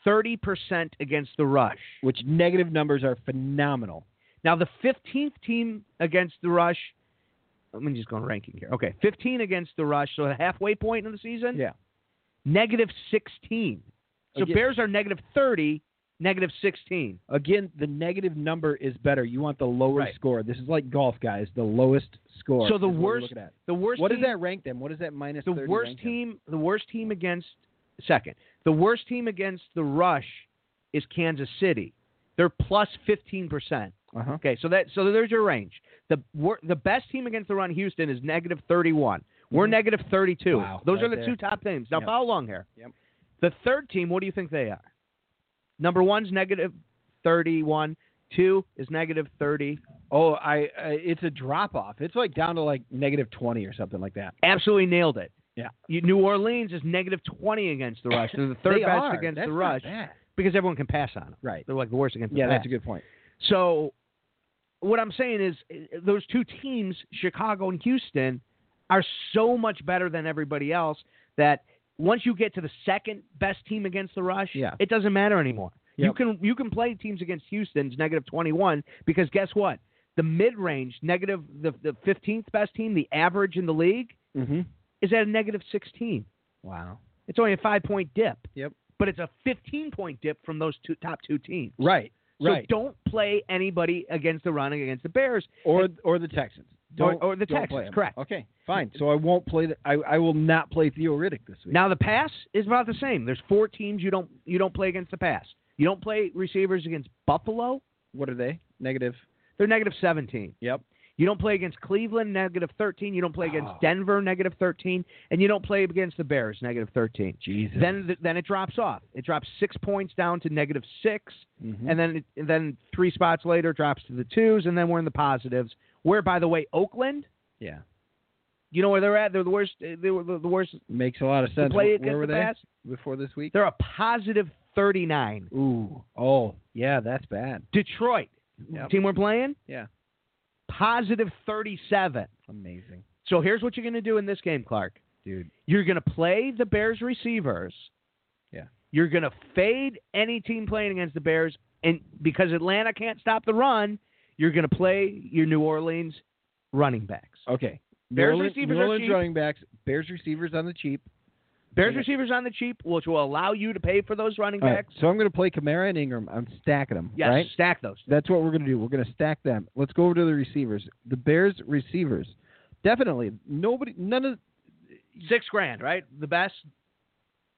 thirty percent against the rush. which negative numbers are phenomenal. Now the fifteenth team against the rush. Let me just go on ranking here. Okay, fifteen against the rush, so the halfway point in the season. Yeah. Negative sixteen. So Again- Bears are negative thirty, negative sixteen. Again, the negative number is better. You want the lower Right. score. This is like golf, guys. The lowest score. So the is what we're worst- looking at. The worst. What does team, that rank them? What does that minus The 30 worst rank them? team. The worst team against second. The worst team against the rush is Kansas City. They're plus fifteen percent. Uh-huh. Okay, so that so there's your range. The wor- the best team against the run, Houston, is negative 31. We're Mhm. negative 32. Wow, Those right are the there. two top teams. Now Yep. follow along here. Yep. The third team, what do you think they are? Number one's negative 31. Two is negative 30. Oh, I. Uh, it's a drop off. It's like down to like negative twenty or something like that. Absolutely nailed it. Yeah. You, New Orleans is negative 20 against the rush. They're the third They best are. against That's the not rush bad. because everyone can pass on them. Right. They're like the worst against Yeah, the pass. that's a good point. So, what I'm saying is, eh, those two teams, Chicago and Houston, are so much better than everybody else that once you get to the second best team against the rush, Yeah. it doesn't matter anymore. You Yep. can you can play teams against Houston's negative 21 because guess what? The mid range negative the the 15th best team, the average in the league Mm-hmm. is at a negative 16. Wow. It's only a five point dip. Yep. But it's a 15 point dip from those two top two teams. Right. So Right. don't play anybody against the run against the Bears. or or the Texans. Or- Don't, or the don't Texans, play 'em. correct. Okay, fine. So I won't play. The, I I will not play Theo Riddick this week. Now the pass is about the same. There's four teams you don't you don't play against the pass. You don't play receivers against Buffalo. what are they? Negative. They're negative 17. Yep. You don't play against Cleveland, negative 13. You don't play against Oh. Denver, negative 13, and you don't play against the Bears, negative 13. Jesus. Then th- then it drops off. It drops six points down to negative six, Mhm. and then it, and then three spots later it drops to the twos, and then we're in the positives. Where by the way, Oakland. yeah, You know where they're at? They're the worst. They were the the worst makes a lot of to sense. play Where against were the they pass. before this week? They're a positive 39. Ooh. Oh, yeah, that's bad. Detroit, Yep. team we're playing, Yeah. positive 37. Amazing, So here's what you're going to do in this game, Clark. dude. You're going to play the Bears receivers. Yeah. You're going to fade any team playing against the Bears, and because Atlanta can't stop the run, you're going to play your New Orleans running backs. Okay. Bears New Orleans, receivers New are Orleans cheap. running backs. Bears receivers on the cheap. Bears okay. receivers on the cheap, which will allow you to pay for those running All right, backs. so I'm going to play Kamara and Ingram. I'm stacking them. Yes, Right. stack those. That's what we're going to do. We're going to stack them. Let's go over to the receivers. The Bears receivers. Definitely. Nobody. None of. Six grand, right? The best.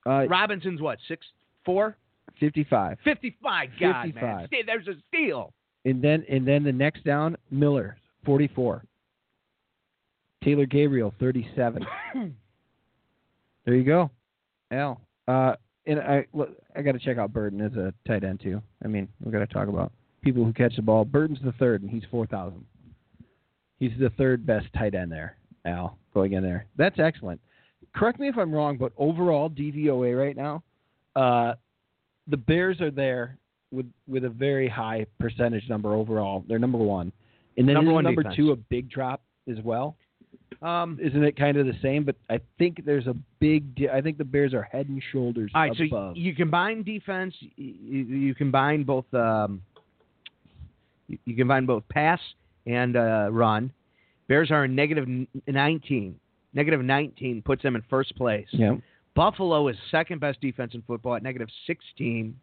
Uh, Robinson's what? Six, four? 55. 55, God, man. 55. Ste- There's a steal. And then and then the next down, Miller, 44. Taylor Gabriel, 37. there you go. Al. Uh, and I look, I got to check out Burton as a tight end too. I mean, we got to talk about people who catch the ball. Burton's the third, and he's 4,000. He's the third best tight end there. Al going in there. That's excellent. Correct me if I'm wrong, but overall DVOA right now, uh, the Bears are there with with a very high percentage number overall. They're number one, and then Number isn't one number defense. two a big drop as well. Um, Isn't it kind of the same? But I think there's a big. Di- I think the Bears are head and shoulders all right, so y- above. you combine defense, you, you combine both um, You, you can find both pass and uh, run. Bears are in negative n- 19. Negative 19 puts them in first place. Yeah. Buffalo is second best defense in football at negative 16.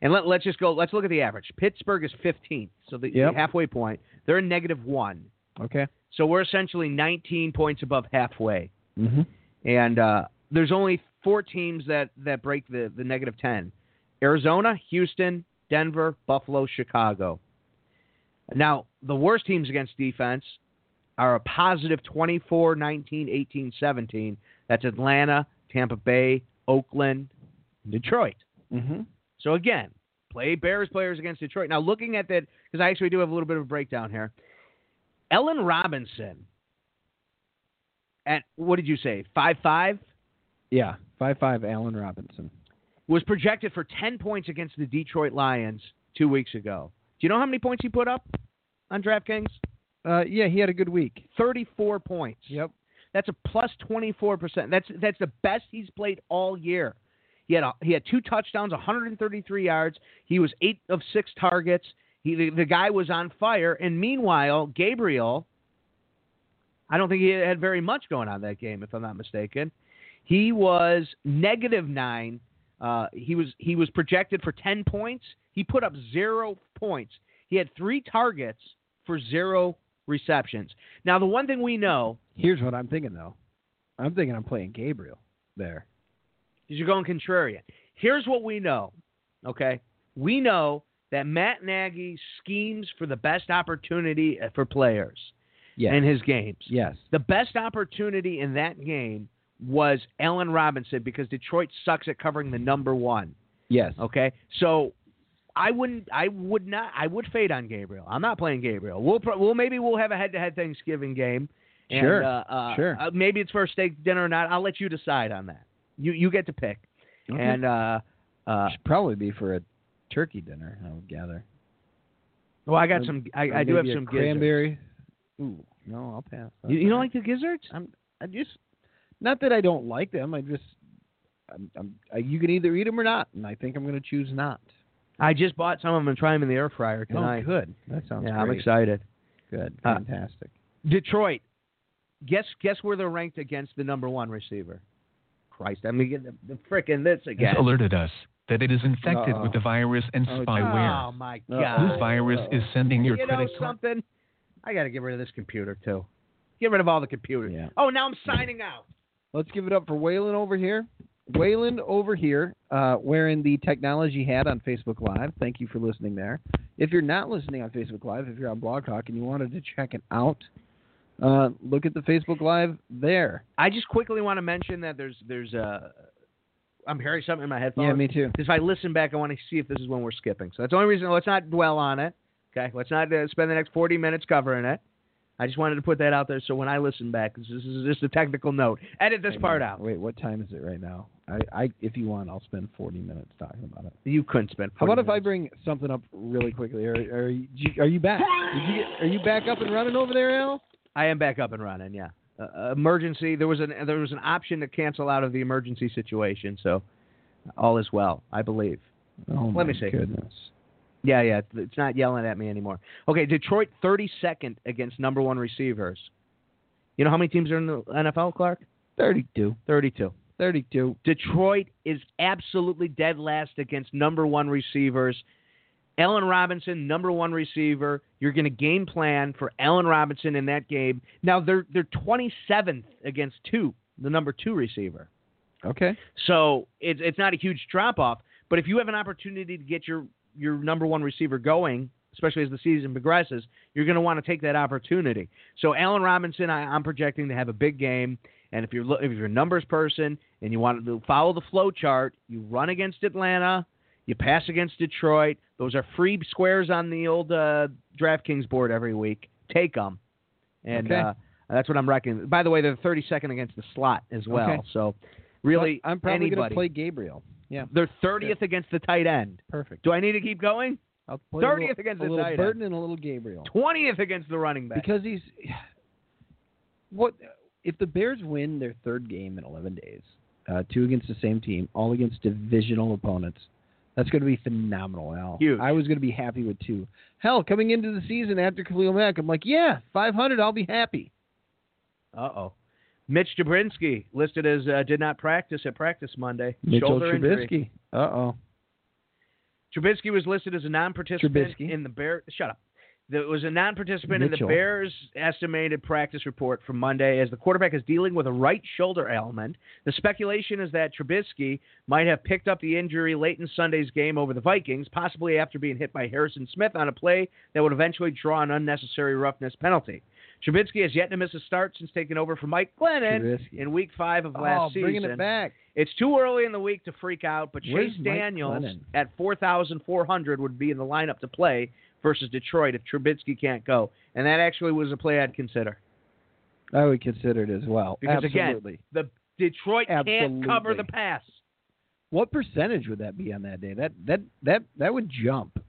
And let, let's just go, let's look at the average. Pittsburgh is 15th, so the, the Yep. halfway point. They're in negative one. Okay. So we're essentially 19 points above halfway. Mm-hmm. And uh, there's only four teams that, that break the, the negative 10 Arizona, Houston, Denver, Buffalo, Chicago. Now, the worst teams against defense are a positive 24, 19, 18, 17. That's Atlanta, Tampa Bay, Oakland, Detroit. Mm-hmm. So again, play Bears players against Detroit. Now looking at that, because I actually do have a little bit of a breakdown here. Ellen Robinson at what did you say? Five five Yeah. Five five. Allen Robinson. was projected for ten points against the Detroit Lions two weeks ago. Do you know how many points he put up on DraftKings? Uh, yeah, he had a good week. Thirty four points. Yep. That's a plus twenty four percent. That's that's the best he's played all year. He had a, he had two touchdowns, 133 yards. He was eight of six targets. He the, the guy was on fire. And meanwhile, Gabriel, I don't think he had very much going on that game, if I'm not mistaken. He was negative nine. Uh, he was he was projected for 10 points. He put up zero points. He had three targets for zero receptions. Now the one thing we know Here's what I'm thinking though. I'm thinking I'm playing Gabriel there. is you're going contrarian. Here's what we know, okay? We know that Matt Nagy schemes for the best opportunity uh, for players Yes. in his games. yes. The best opportunity in that game was Allen Robinson because Detroit sucks at covering the number one. Yes. Okay, so I wouldn't, I would not, I would fade on Gabriel. I'm not playing Gabriel. We'll, pro- we'll maybe we'll have a head-to-head Thanksgiving game. And, Sure. uh, uh, Sure. uh, maybe it's for a steak dinner or not. I'll let you decide on that. You you get to pick. Okay. And uh, uh, Should probably be for a turkey dinner, I would gather. well, I got Or- some. I, Or I do have uh, maybe a some gizzards. cranberry. Ooh, no, I'll pass. You, you don't like the gizzards? I'm. I just. Not that I don't like them. I just. I'm. I'm I, you can either eat them or not, and I think I'm going to choose not. I just bought some of them and try them in the air fryer Oh, tonight. good. That sounds yeah, great. I'm excited. Good. Uh, Fantastic. Detroit. Guess guess where they're ranked against the number one receiver. Christ, I mean get the, the frickin' this again. has alerted us that it is infected Uh-oh. with the virus and Oh, spyware. Oh my Uh-oh. this god! virus is sending your you know credit card. something? I got to get rid of this computer too. Get rid of all the computers. Yeah. Oh, now I'm signing out. Let's give it up for Waylon over here. Waylon over here, uh, wearing the technology hat on Facebook Live. Thank you for listening there. If you're not listening on Facebook Live, if you're on Blog Talk and you wanted to check it out, uh, look at the Facebook Live there. I just quickly want to mention that there's there's Uh, I'm hearing something in my headphones. Yeah, me too. Because if I listen back, I want to see if this is when we're skipping. So that's the only reason. Let's not dwell on it. Okay. Let's not uh, spend the next 40 minutes covering it. I just wanted to put that out there so when I listen back, 'cause this is just a technical note. Edit this Wait a part minute. out. Wait, what time is it right now? I, I, if you want, I'll spend 40 minutes talking about it. You couldn't spend. How 40 about if I minutes. bring something up really quickly? Are, are, you, are you back? Did you get- are you back up and running over there, Al? I am back up and running. Yeah. Uh, uh, emergency. There was an there was an option to cancel out of the emergency situation, so all is well, I believe. Oh, Let me my see. Goodness. Yeah, yeah. It's not yelling at me anymore. Okay, Detroit 32nd against number one receivers. You know how many teams are in the NFL, Clark? 32. 32. 32. Detroit is absolutely dead last against number one receivers. Allen Robinson, number one receiver. You're going to game plan for Allen Robinson in that game. Now they're they're 27th against two, the number two receiver. Okay. So it's it's not a huge drop off. But if you have an opportunity to get your your number one receiver going, especially as the season progresses, you're going to want to take that opportunity. So Allen Robinson, I, I'm projecting to have a big game. And if you're lo- if you're a numbers person and you want to follow the flow chart, you run against Atlanta, you pass against Detroit. Those are free squares on the old uh, DraftKings board every week. Take them, and Okay. uh, that's what I'm reckoning. By the way, they're 32nd against the slot as well. Okay. So really, I'm probably gonna anybody. play Gabriel. Yeah. They're 30th against the tight end. Perfect. Do I need to keep going? I'll 30th play a little, against a the little tight end. Burton and a little Gabriel 20th against the running back. because he's what if the Bears win their third game in 11 days, uh, two against the same team, all against divisional opponents. That's going to be phenomenal, Al. Huge. I was going to be happy with two. Hell, coming into the season after Khalil Mack, I'm like, yeah, 500, I'll be happy. Uh oh. Mitch Jabrinsky listed as uh, did not practice at practice Monday. Mitchell Shoulder injury. Trubisky. Uh oh. Trubisky was listed as a non-participant Trubisky. in the Bear. Shut up. That was a non-participant in the Mitchell. Bears' estimated practice report from Monday, as the quarterback is dealing with a right shoulder ailment. The speculation is that Trubisky might have picked up the injury late in Sunday's game over the Vikings, possibly after being hit by Harrison Smith on a play that would eventually draw an unnecessary roughness penalty. Trubisky has yet to miss a start since taking over from Mike Glennon Trubisky. in Week Five of oh, last bringing season. it back. It's too early in the week to freak out, but Where's Chase Mike Daniels Glennon? at 4,400 would be in the lineup to play versus Detroit if Trubisky can't go. And that actually was a play I'd consider. I would consider it as well. Because again- Absolutely. The Detroit Absolutely. can't cover the pass. what percentage would that be on that day? That that that that would jump.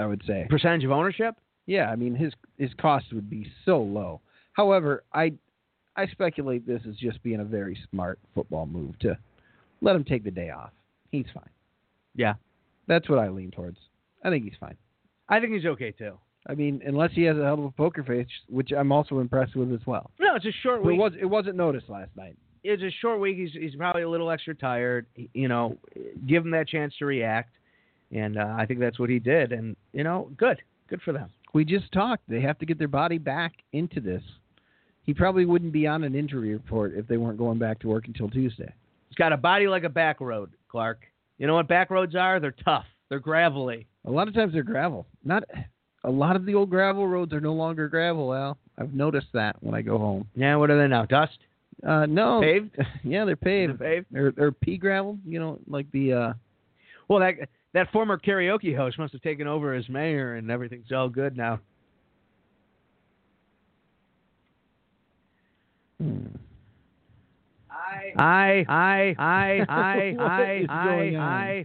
I would say. Percentage of ownership? Yeah, I mean his his cost would be so low. However, I I speculate this is just being a very smart football move to let him take the day off. He's fine. Yeah. That's what I lean towards. I think he's fine. I think he's okay too. I mean, unless he has a hell of a poker face, which I'm also impressed with as well. No, it's a short But it week. was it wasn't noticed last night. It's a short week. He's he's probably a little extra tired. You know, give him that chance to react, and uh, I think that's what he did. And you know, good, good for them. We just talked. They have to get their body back into this. He probably wouldn't be on an injury report if they weren't going back to work until Tuesday. It's got a body like a back road, Clark. You know what back roads are? They're tough. They're gravelly. A lot of times they're gravel. Not a lot of the old gravel roads are no longer gravel, Al. I've noticed that when I go home. Yeah, what are they now? Dust? Uh, no, Paved? yeah, they're paved. They're paved? They're, they're pea gravel, you know, like the uh, Well, that that former karaoke host must have taken over as mayor, and everything's all good now. I I I I What I is going on? I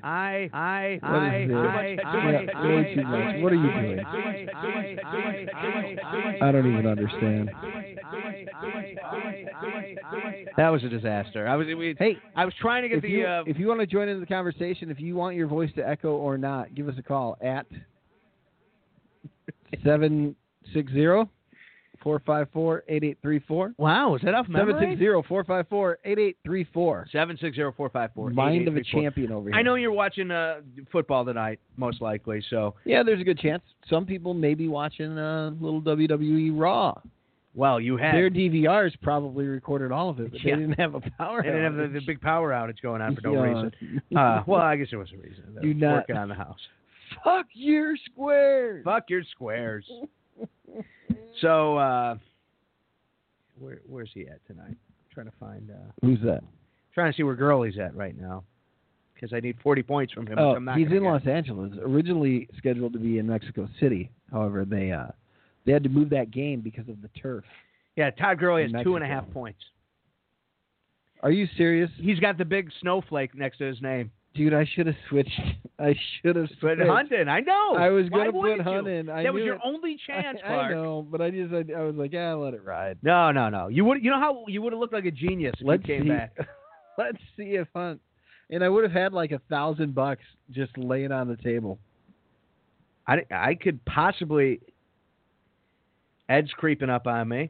I I I I I What is this? Too much- I way too I much. I What are you I doing? I I I don't even understand. That was a disaster. I was we, Hey, I was trying to get if the you, uh, if you want to join in the conversation, if you want your voice to echo or not, give us a call at 760-454-8834. wow, was that off memory? 760-454-8834. Seven six zero four five four. Mind of a champion over here. I know you're watching uh, football tonight, most likely. So, Yeah, there's a good chance. Some people may be watching uh, little WWE Raw. well, you had Their DVRs probably recorded all of it, but Yeah. they didn't have a power. they didn't have the, the big power outage going on for no Yeah. reason. Uh, well, I guess there was a reason. They Do were not- working on the house. fuck your squares. Fuck your squares. so, uh, where where's he at tonight? I'm trying to find. Uh, Who's that? trying to see where Gurley's at right now, because I need 40 points from him. Oh, which I'm not he's gonna in get. Los Angeles. Originally scheduled to be in Mexico City. However, they uh, they had to move that game because of the turf. Yeah, Todd Gurley has in two and a Mexico. half points. Are you serious, He's got the big snowflake next to his name. dude? I should have switched. I should have Put switched. Hunt in. I know. I was Why gonna wouldn't put you? Hunt in. I that was knew your it. only chance, I, Clark. I know, but I just I, I was like, yeah, let it ride. No, no, no. You would. You know how you would have looked like a genius if Let's you came see. back. Let's see if Hunt. And I would have had like a thousand bucks just laying on the table. I, I could possibly. Ed's creeping up on me.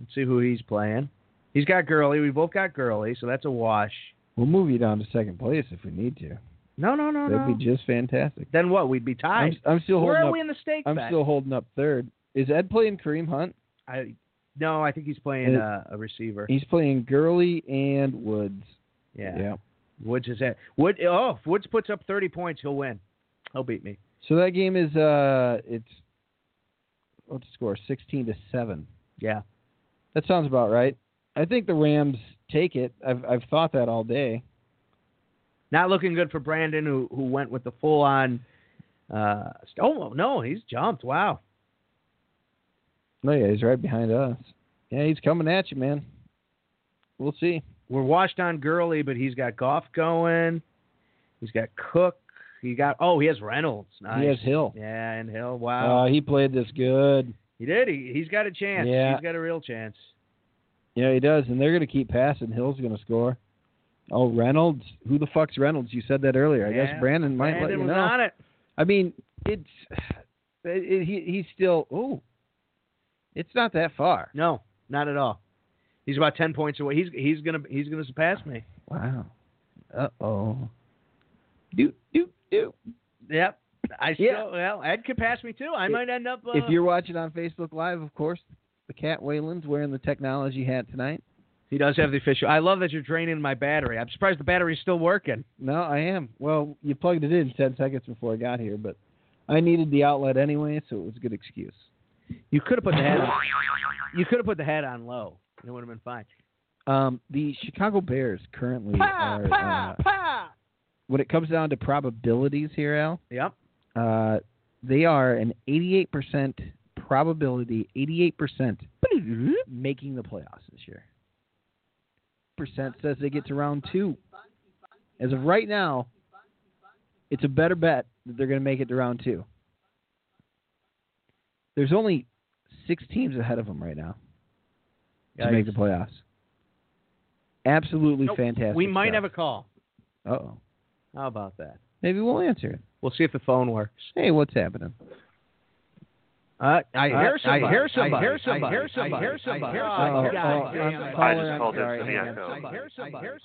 Let's see who he's playing. He's got Gurley. We both got Gurley, so that's a wash. We'll move you down to second place if we need to. No, no, no, no. That'd be just fantastic. Then what? We'd be tied. I'm, I'm still Where holding are up. we in the stake I'm bet? still holding up third. Is Ed playing Kareem Hunt? I, no, I think he's playing It- uh, a receiver. He's playing Gurley and Woods. Yeah. Woods is at Wood. Oh, if Woods puts up thirty points, he'll win. He'll beat me. So that game is uh, it's what's the score? Sixteen to seven. Yeah. That sounds about right. I think the Rams take it. I've I've thought that all day. Not looking good for Brandon, who who went with the full on. Uh, oh no, he's jumped. Wow. No, yeah, he's right behind us. Yeah, he's coming at you, man. We'll see. We're washed on Gurley, but he's got Goff going. He's got Cook. He got oh, he has Reynolds. Nice. He has Hill. Yeah, and Hill. Wow. Uh, he played this good. he did. He he's got a chance. Yeah. He's got a real chance. Yeah, he does, and they're going to keep passing. Hill's going to score. Oh, Reynolds. Who the fuck's Reynolds? You said that earlier. I guess Yeah, Brandon might Brandon let you was know. on it. I mean, it's it, it, he he's still. Oh, it's not that far. No, not at all. He's about ten points away. He's he's gonna he's gonna surpass me. Wow. Uh oh. Do do do. Yep. I still Yeah. well, Ed could pass me too. I If- might end up uh, if you're watching on Facebook Live, of course, the cat Wayland's wearing the technology hat tonight. He does have the official. I love that you're draining my battery. I'm surprised the battery's still working. No, I am. Well, you plugged it in ten seconds before I got here, but I needed the outlet anyway, so it was a good excuse. You could have put the head on. You could have put the head on low. It would have been fine. Um, the Chicago Bears currently are. uh, When it comes down to probabilities here, Al, Yep. uh, they are an 88% probability, 88% making the playoffs this year. Percent says they get to round two. As of right now, it's a better bet that they're going to make it to round two. There's only six teams ahead of them right now to make the Yikes. playoffs. Absolutely Nope. fantastic. We might have a call. a. Uh oh. How about that? Maybe we'll answer it. We'll see if the phone works. Hey, what's happening? Uh, I hear somebody. I hear somebody. I hear somebody. I hear I somebody. hear I hear somebody. I somebody. hear Oh, somebody. oh, I hear I'm somebody. sorry, I just I'm called sorry, in for the hang on. echo. I hear somebody. I hear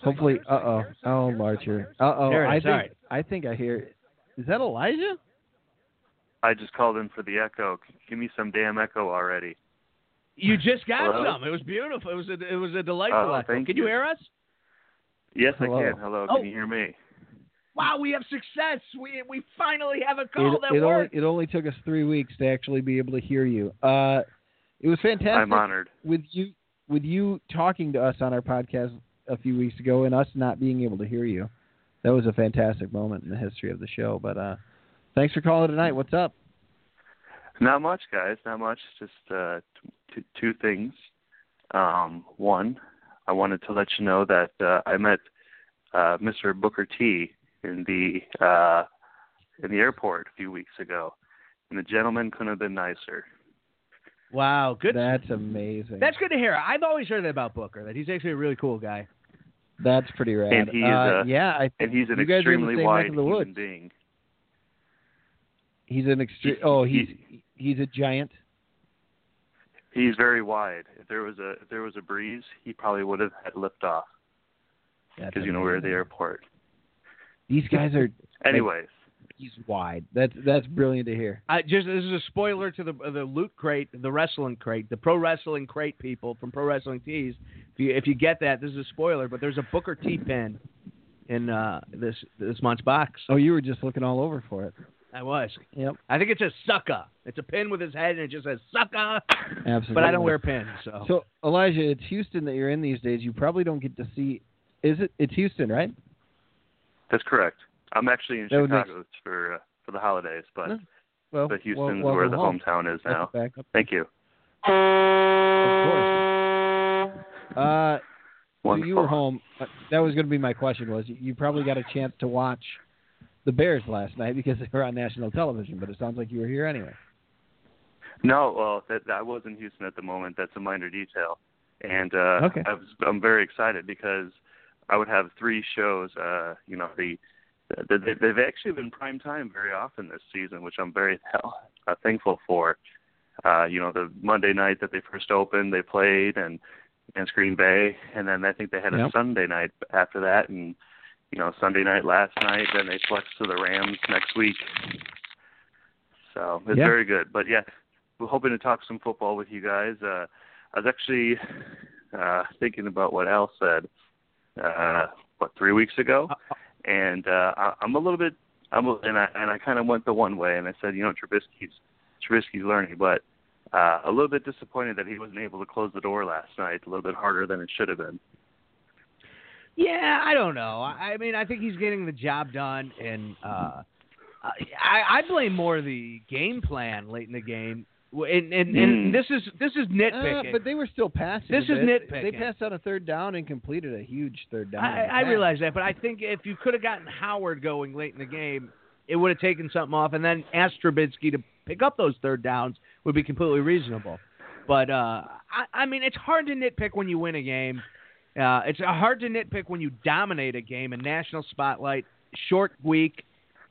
somebody. Hopefully, uh oh, oh, Larcher, uh oh. There it I is, think alright. I think I hear. it. Is that Elijah? I just called in for the echo. C- Give me some damn echo already. You just got Hello? some. It was beautiful. It was a, it was a delightful. Oh, echo. thank Can you you. hear us? Yes, Hello. I can. Hello, Oh. can you hear me? Wow, we have success. We we finally have a call it, that it only worked. it only took us three weeks to actually be able to hear you. Uh, it was fantastic I'm honored. with you with you talking to us on our podcast a few weeks ago and us not being able to hear you. That was a fantastic moment in the history of the show. But uh, thanks for calling tonight. What's up? Not much, guys. Not much. Just uh, t- two things. Um, one, I wanted to let you know that uh, I met uh, Mr. Booker T in the uh, in the airport a few weeks ago, and the gentleman couldn't have been nicer. Wow, good. That's amazing. That's good to hear. I've always heard that about Booker. That he's actually a really cool guy. That's pretty rad. And he is uh, a- yeah, I And he's an You guys are in the extremely same neck wide of the human woods. being. He's an extreme. He- Oh, he's he- he's a giant. He's very wide. If there was a if there was a breeze, he probably would have had lift off That's because you know we're at the airport. These guys are. Anyways, He's wide. That's that's brilliant to hear. I just this is a spoiler to the the loot crate, the wrestling crate, the pro wrestling crate people from Pro Wrestling Tees. If you if you get that, this is a spoiler. But there's a Booker T pin in uh, this this month's box. Oh, you were just looking all over for it. I was. Yep. I think it says sucker. It's a pin with his head, and it just says sucker. Absolutely. But I don't wear pins, so. So Elijah, it's Houston that you're in these days. You probably don't get to see. Is it? It's Houston, right? that's correct. I'm actually in That would make- Chicago for uh, for the holidays, but No, Well, but well, welcome Houston's where the home. hometown is now. Back up, Thank you. of course. Uh, so Wonderful. you were home. Uh, That was going to be my question. Was you- you probably got a chance to watch the Bears last night because they were on national television? But it sounds like you were here anyway. No, well, that, that I was in Houston at the moment. That's a minor detail, and uh, Okay. I was, I'm very excited because I would have three shows. Uh, you know, the, the, the they've actually been prime time very often this season, which I'm very uh, thankful for. Uh, you know, the Monday night that they first opened, they played and against Green Bay, and then I think they had a Yep. Sunday night after that, and you know, Sunday night last night. Then they flex to the Rams next week. So it's Yeah. very good. But yeah, we're hoping to talk some football with you guys. Uh, I was actually uh, thinking about what Al said, uh, what three weeks ago, and uh, I, I'm a little bit, I'm a, and I and I kind of went the one way, and I said, you know, Trubisky's Trubisky's learning, but uh, a little bit disappointed that he wasn't able to close the door last night. A little bit harder than it should have been. Yeah, I don't know. I I mean, I think he's getting the job done, and uh, I, I blame more the game plan late in the game. And and, and Mm. this is this is nitpicking. Hmm. Uh, but they were still passing. This a is bit. nitpicking. They passed on a third down and completed a huge third down. I, I realize that, but I think if you could have gotten Howard going late in the game, it would have taken something off, and then asked Trubisky to pick up those third downs would be completely reasonable. But uh, I, I mean, it's hard to nitpick when you win a game. Uh, it's hard to nitpick when you dominate a game in national spotlight, short week.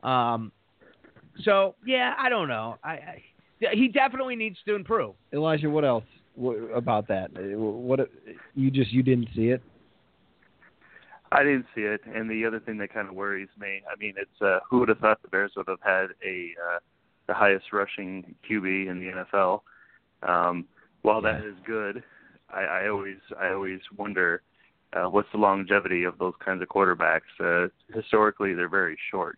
Um, so yeah, I don't know. I, I he definitely needs to improve. Elijah, what else wh- about that? What you just you didn't see it? I didn't see it, and the other thing that kind of worries me. I mean, it's uh, who would have thought the Bears would have had a uh, the highest rushing QB in the NFL. Um, while that is good, I, I always I always wonder uh, what's the longevity of those kinds of quarterbacks. Uh, historically, they're very short,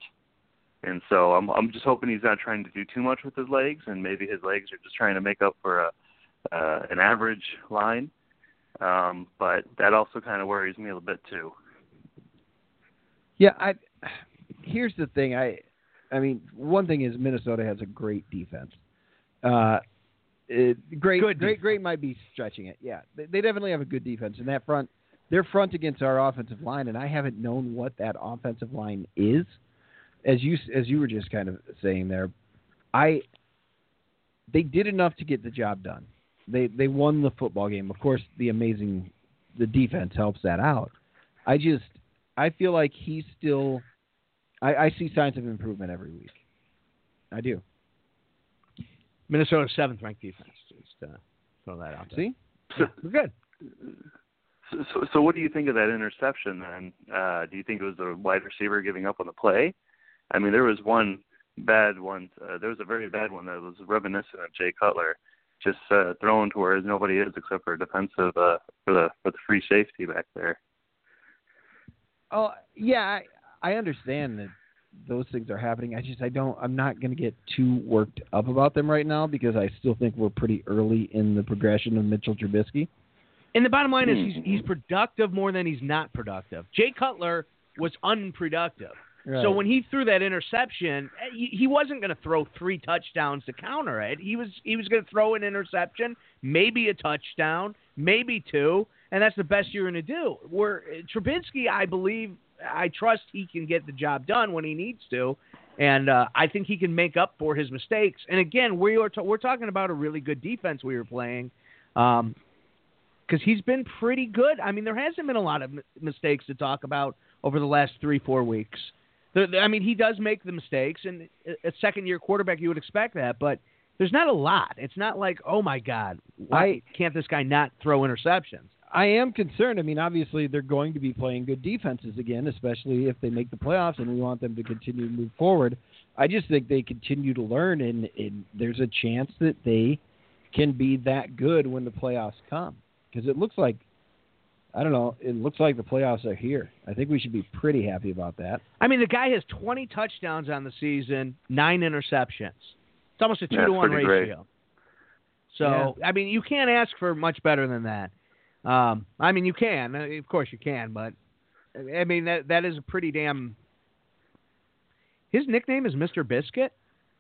and so I'm I'm just hoping he's not trying to do too much with his legs, and maybe his legs are just trying to make up for a uh, an average line. Um, but that also kind of worries me a little bit too. Yeah, I here's the thing. I I mean, one thing is Minnesota has a great defense. Uh, it, great, Good great, defense. great might be stretching it. Yeah, they, they definitely have a good defense, and that front, their front against our offensive line, and I haven't known what that offensive line is, as you as you were just kind of saying there. I, they did enough to get the job done. They they won the football game. Of course, the amazing, the defense helps that out. I just I feel like he's still. I, I see signs of improvement every week. I do. Minnesota's seventh ranked defense. Just uh, throw that out there. See? Yeah, we're good. So, so, so what do you think of that interception then? Uh, do you think it was the wide receiver giving up on the play? I mean, there was one bad one. Uh, there was a very bad one that was reminiscent of Jay Cutler, just uh, thrown to where nobody is except for a defensive uh, for the for the free safety back there. Oh yeah, I, I understand that those things are happening. I just I don't I'm not going to get too worked up about them right now because I still think we're pretty early in the progression of Mitchell Trubisky. And the bottom line is he's he's productive more than he's not productive. Jay Cutler was unproductive. So when he threw that interception, eh, he, he wasn't going to throw three touchdowns to counter it. He was he was going to throw an interception, maybe a touchdown, maybe two, and that's the best you're going to do. Where eh, Trubisky, I believe, I trust he can get the job done when he needs to, and uh, I think he can make up for his mistakes. And again, we are ta- we're talking about a really good defense we were playing. Um, because he's been pretty good. I mean, there hasn't been a lot of m- mistakes to talk about over the last three, four weeks. There, I mean, he does make the mistakes, and a- a second-year quarterback, you would expect that, but there's not a lot. It's not like, oh my God, why I- can't this guy not throw interceptions? I am concerned. I mean, obviously they're going to be playing good defenses again, especially if they make the playoffs, and we want them to continue to move forward. I just think they continue to learn, and, and there's a chance that they can be that good when the playoffs come. Because it looks like, I don't know, it looks like the playoffs are here. I think we should be pretty happy about that. I mean, the guy has 20 touchdowns on the season, nine interceptions. It's almost a two Yeah, to one pretty great. ratio. So, I mean, you can't ask for much better than that. Um, I mean, you can, uh, of course, you can, but I mean that that is a pretty damn. His nickname is Mr. Biscuit.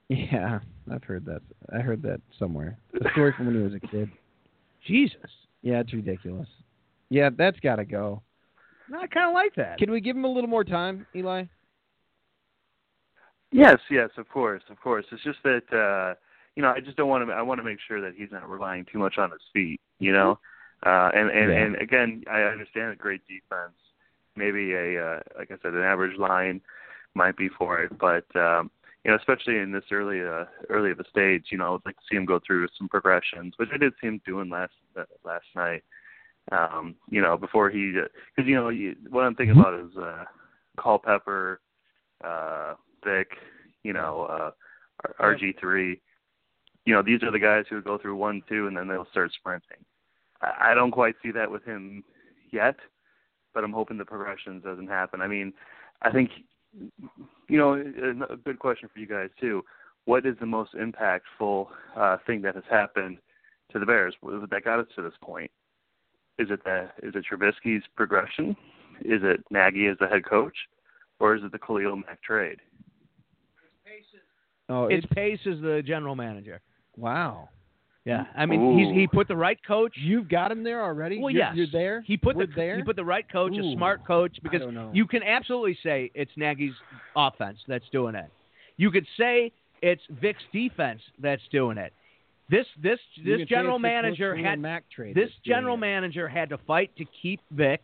Yeah, I've heard that. I heard that somewhere. A story from when he was a kid. Jesus, Yeah, it's ridiculous. Yeah, that's got to go. No, I kind of like that. Can we give him a little more time, Eli? Yes, yes, of course, of course. It's just that uh you know, I just don't want to I want to make sure that he's not relying too much on his feet, you know. Uh and and Yeah. and again, I understand a great defense. Maybe a uh like I said an average line might be for it, but um you know, especially in this early uh, early of the stage, you know, I would like to see him go through some progressions, which I did see him doing last uh, last night. Um, you know, before he, because you know, you, what I'm thinking about is uh, Culpepper, uh, Vic, you know, uh, R- RG3. You know, these are the guys who go through one, two, and then they'll start sprinting. I, I don't quite see that with him yet, but I'm hoping the progressions doesn't happen. I mean, I think, you know, a a good question for you guys too. What is the most impactful uh, thing that has happened to the Bears that got us to this point? Is it the is it Trubisky's progression? Is it Nagy as the head coach, or is it the Khalil Mack trade? Oh, It's Pace is the general manager. wow. Yeah, I mean, he's, Ooh. he put the right coach. You've got him there already. Well, you're, yes. you're there. He put We're the there. he put the right coach, a Ooh. smart coach, because I don't know. you can absolutely say it's Nagy's offense that's doing it. You could say it's Vic's defense that's doing it. This this You this can say general it's the manager Khalil had Mack trade this that's doing general it. manager had to fight to keep Vic.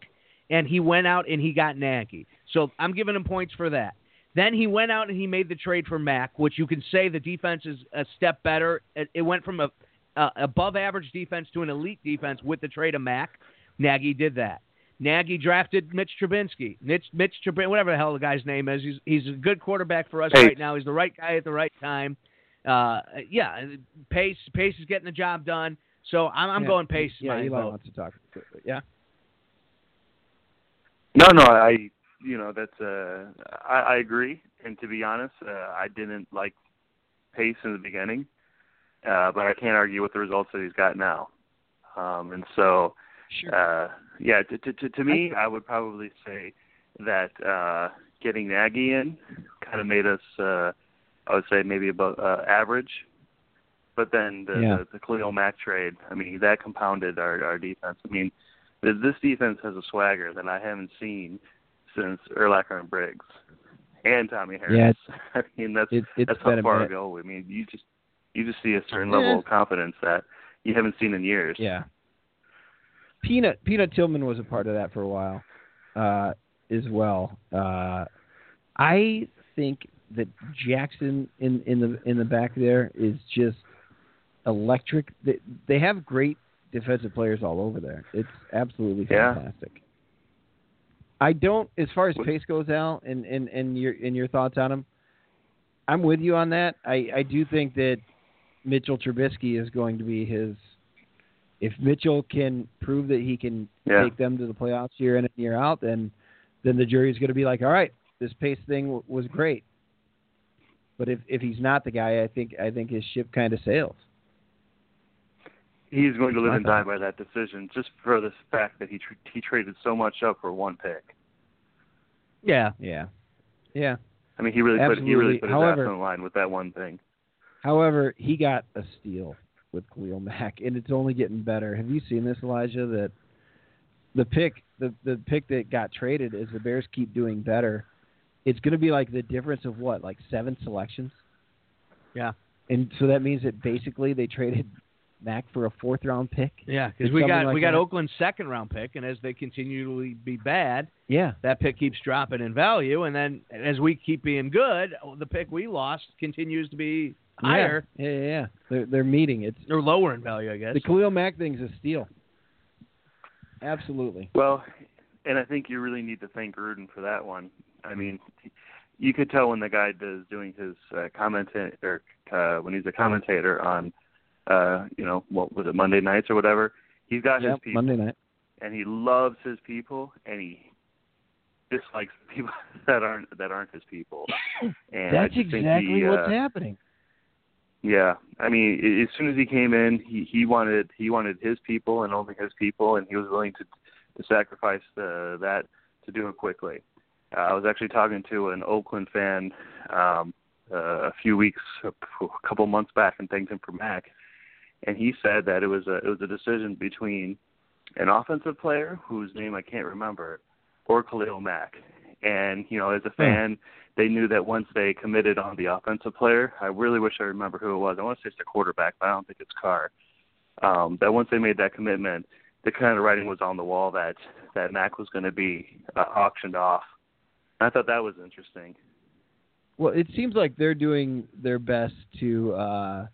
and he went out and he got Nagy. So I'm giving him points for that. Then he went out and he made the trade for Mack, which you can say the defense is a step better. It, it went from a, a above average defense to an elite defense with the trade of Mack. Nagy did that. Nagy drafted Mitch Trubinsky. Mitch, Mitch Trubin, whatever the hell the guy's name is. He's, he's a good quarterback for us Pace. right now. He's the right guy at the right time. Uh, yeah, Pace Pace is getting the job done. So I'm, I'm Yeah. going Pace. is Yeah, my Eli vote. wants to talk. quickly. Yeah. No, no, I, you know, that's, uh, I, I agree. And to be honest, uh, I didn't like Pace in the beginning, uh, but I can't argue with the results that he's got now. Um, and so, uh, yeah, to, to, to, to me, I would probably say that uh, getting Nagy in kind of made us, uh, I would say, maybe about uh, average. But then the, Yeah. the, the Khalil Mack trade, I mean, that compounded our, our defense. I mean, th- this defense has a swagger that I haven't seen since Erlacher and Briggs and Tommy Harris. I mean, that's It, it's that's been how a far minute. ago. I mean, you just you just see a certain Yeah. level of confidence that you haven't seen in years. Yeah. Peanut Peanut Tillman was a part of that for a while, uh, as well. Uh, I think that Jackson in, in the in the back there is just electric. They, they have great defensive players all over there. It's absolutely Yeah. fantastic. I don't, as far as What- pace goes, Al, and, and, and your and your thoughts on him. I'm with you on that. I, I do think that Mitchell Trubisky is going to be his. If Mitchell can prove that he can Yeah. take them to the playoffs year in and year out, then then the jury's going to be like, all right, this pace thing w- was great. But if if he's not the guy, I think I think his ship kind of sails. He's going to live My and die by that decision, just for the fact that he tr- he traded so much up for one pick. Yeah. Yeah, yeah. I mean, he really put he Absolutely. really put his However- ass on the line with that one thing. However, he got a steal with Khalil Mack, and it's only getting better. Have you seen this, Elijah? That the pick, the the pick that got traded, as the Bears keep doing better, it's going to be like the difference of what, like seven selections. Yeah. And so that means that basically they traded Mack for a fourth round pick. Yeah, It's because we something got like we got that. Oakland's second round pick, and as they continually be bad, Yeah. that pick keeps dropping in value, and then as we keep being good, the pick we lost continues to be higher Yeah, yeah, yeah. They're they're meeting. It's or lower in value, I guess. the Khalil Mack thing's a steal. Absolutely. Well, and I think you really need to thank Gruden for that one. I mean, you could tell when the guy does doing his uh, commenta- or uh, when he's a commentator on, uh, you know, what was it Monday nights or whatever. He's got his Yep, people. Monday night. and he loves his people and he dislikes people that aren't that aren't his people. And I That's just think exactly he, what's uh, happening. Yeah, I mean, a- as soon as he came in, he he wanted he wanted his people and only his people, and he was willing to to sacrifice the, that to do it quickly. Uh, I was actually talking to an Oakland fan um, uh, a few weeks, a couple months back, and thanked him for Mac, and he said that it was a it was a decision between an offensive player whose name I can't remember or Khalil Mack. And you know, as a fan, they knew that once they committed on the offensive player, I really wish I remember who it was. I want to say it's the quarterback, but I don't think it's Carr. Um, that once they made that commitment, the kind of writing was on the wall that that Mac was going to be uh, auctioned off. And I thought that was interesting. Well, it seems like they're doing their best to uh,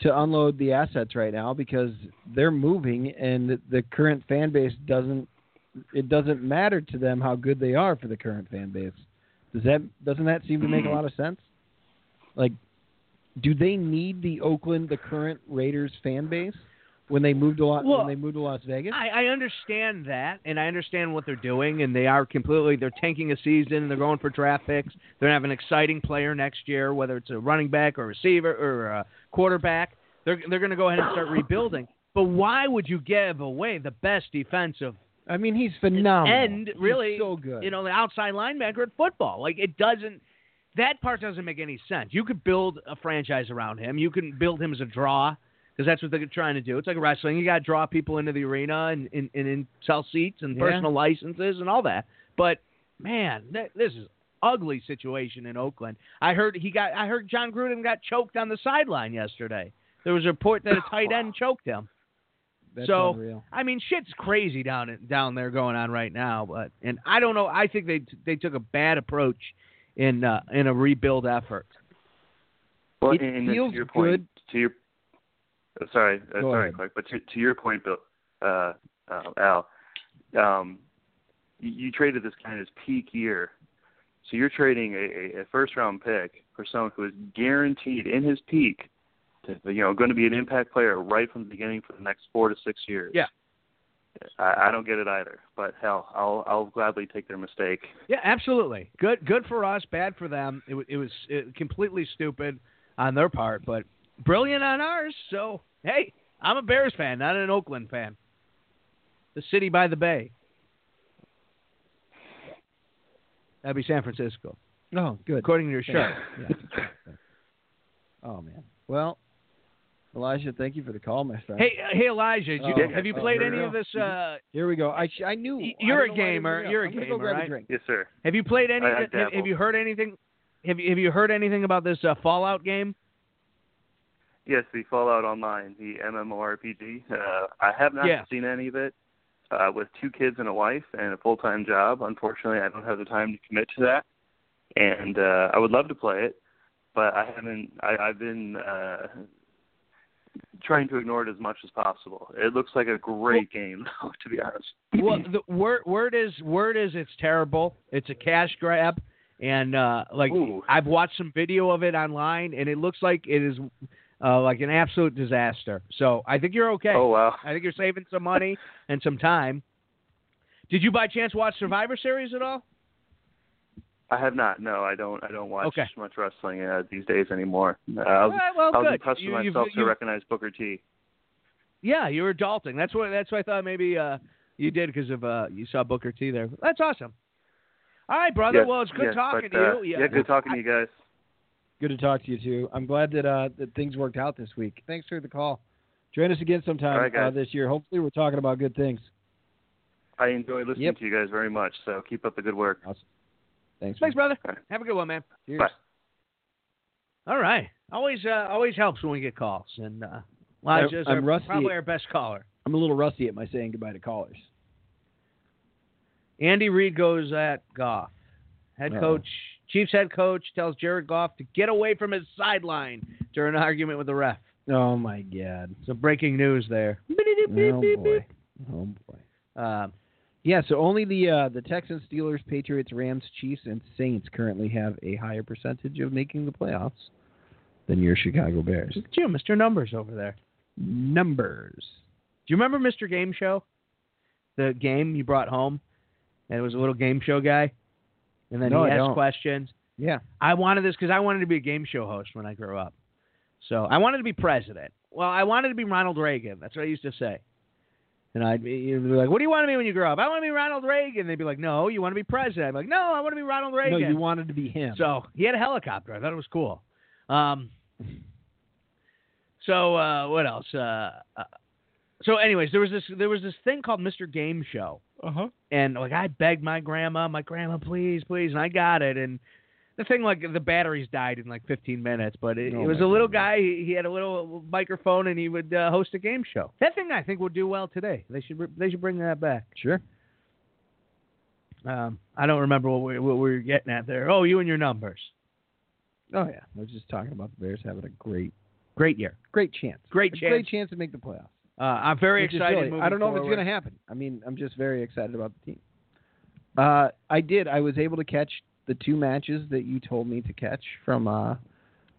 to unload the assets right now because they're moving, and the current fan base doesn't it doesn't matter to them how good they are for the current fan base. Does that doesn't that seem to make a lot of sense? Like, do they need the Oakland, the current Raiders fan base, when they moved to Las, Well, when they moved to Las Vegas? I, I understand that, and I understand what they're doing, and they are completely they're tanking a season. They're going for draft picks. They're gonna have an exciting player next year, whether it's a running back or receiver or a quarterback. They're they're going to go ahead and start rebuilding. But why would you give away the best defensive I, mean, he's phenomenal. and really, he's so good. you know, the outside linebacker at football. Like it doesn't that part doesn't make any sense. You could build a franchise around him. You can build him as a draw because that's what they're trying to do. It's like wrestling. You got to draw people into the arena and and, and, and sell seats and Yeah. personal licenses and all that. But man, th- this is ugly situation in Oakland. I heard he got I heard John Gruden got choked on the sideline yesterday. There was a report that a tight end choked him. That's so unreal. I mean, shit's crazy down down there going on right now. But and I don't know. I think they they took a bad approach in uh, in a rebuild effort. Well, It and, and feels to your point, good. to your uh, sorry, uh, Go sorry, ahead. Clark, but to, to your point, Bill, uh, uh, Al, um, you, you traded this guy in his peak year, so you're trading a, a, a first round pick for someone who is guaranteed in his peak, to, you know, going to be an impact player right from the beginning for the next four to six years. Yeah. I, I don't get it either, but hell, I'll I'll gladly take their mistake. Yeah, absolutely. Good, good for us, bad for them. It, wa- it was it, completely stupid on their part, but brilliant on ours. So hey, I'm a Bears fan, not an Oakland fan. The city by the bay. That'd be San Francisco, Oh, good. according to your shirt. Yeah. Oh man. Well, Elijah, thank you for the call, my friend. Hey, uh, hey, Elijah, did you, Oh, have you oh, played here any we of go. this? Uh, here we go. I sh- I knew. Y- I you're a don't know why I didn't gamer. bring it up. You're a I'm gonna Go gamer, grab right? a drink. Yes, sir. have you played any? I- I have, have dabble. you heard anything? Have you have you heard anything about this uh, Fallout game? Yes, the Fallout Online, the MMORPG. Uh, I have not Yeah. seen any of it. Uh, with two kids and a wife and a full time job, unfortunately, I don't have the time to commit to that. And uh, I would love to play it, but I haven't. I, I've been uh, trying to ignore it as much as possible. It looks like a great game, though, to be honest. well, the word word is word is it's terrible. It's a cash grab, and uh, like Ooh. I've watched some video of it online, and it looks like it is uh, like an absolute disaster. So I think you're okay. Oh wow! I think you're saving some money and some time. Did you by chance watch Survivor Series at all? I have not. No, I don't. I don't watch Okay. much wrestling uh, these days anymore. Uh, I was, Alright, well, I was good. impressed You- with you've- myself to you've- recognize Booker T. Yeah, you were adulting. That's what. That's what I thought maybe uh, you did because of uh, you saw Booker T there. That's awesome. All right, brother. Yes, well, it's good yes, talking but, to uh, you. yeah, good talking to you guys. Good to talk to you too. I'm glad that uh that things worked out this week. Thanks for the call. Join us again sometime All right, guys. uh, this year. Hopefully, we're talking about good things. I enjoy listening Yep. to you guys very much. So keep up the good work. Thanks. Thanks, man. brother. All right. Have a good one, man. Cheers. Bye. All right. Always uh, always helps when we get calls. And uh, Elijah's I'm our- rusty. probably our best caller. I'm a little rusty at my saying goodbye to callers. Andy Reid goes at Goff. Head Uh-huh. Uh-oh. coach, Chiefs head coach tells Jared Goff to get away from his sideline during an argument with the ref. Oh my God. So breaking news there. Oh boy. Oh boy. Um, Yeah, so only the uh, the Texans, Steelers, Patriots, Rams, Chiefs, and Saints currently have a higher percentage of making the playoffs than your Chicago Bears. look at you, Mr. Numbers over there. Numbers. Do you remember Mr. Game Show? The game you brought home, and it was a little game show guy, and then No, he I asked don't. questions. Yeah. I wanted this because I wanted to be a game show host when I grew up. So I wanted to be president. Well, I wanted to be Ronald Reagan. That's what I used to say. And I'd be, you'd be like, "What do you want to be when you grow up?" I want to be Ronald Reagan. They'd be like, "No, you want to be president." I'm like, "No, I want to be Ronald Reagan." No, you wanted to be him. So he had a helicopter. I thought it was cool. Um, so uh, what else? Uh, uh, so, anyways, there was this there was this thing called Mr. Game Show, Uh Uh-huh. huh. and like I begged my grandma, my grandma, please, please, and I got it. And the thing like the batteries died in like 15 minutes, but it, Oh, it was my a little goodness. guy. He, he had a little microphone, and he would uh, host a game show. That thing I think would do well today. They should they should bring that back. sure. Um, I don't remember what we, what we were getting at there. Oh, you and your numbers. Oh yeah, I was just talking about the Bears having a great, Great year. great chance. Great A chance. Great chance to make the playoffs. Uh, I'm very which is excited. really- I moving don't know if it's forward. going to happen. I mean, I'm just very excited about the team. Uh, I did. I was able to catch the two matches that you told me to catch from uh,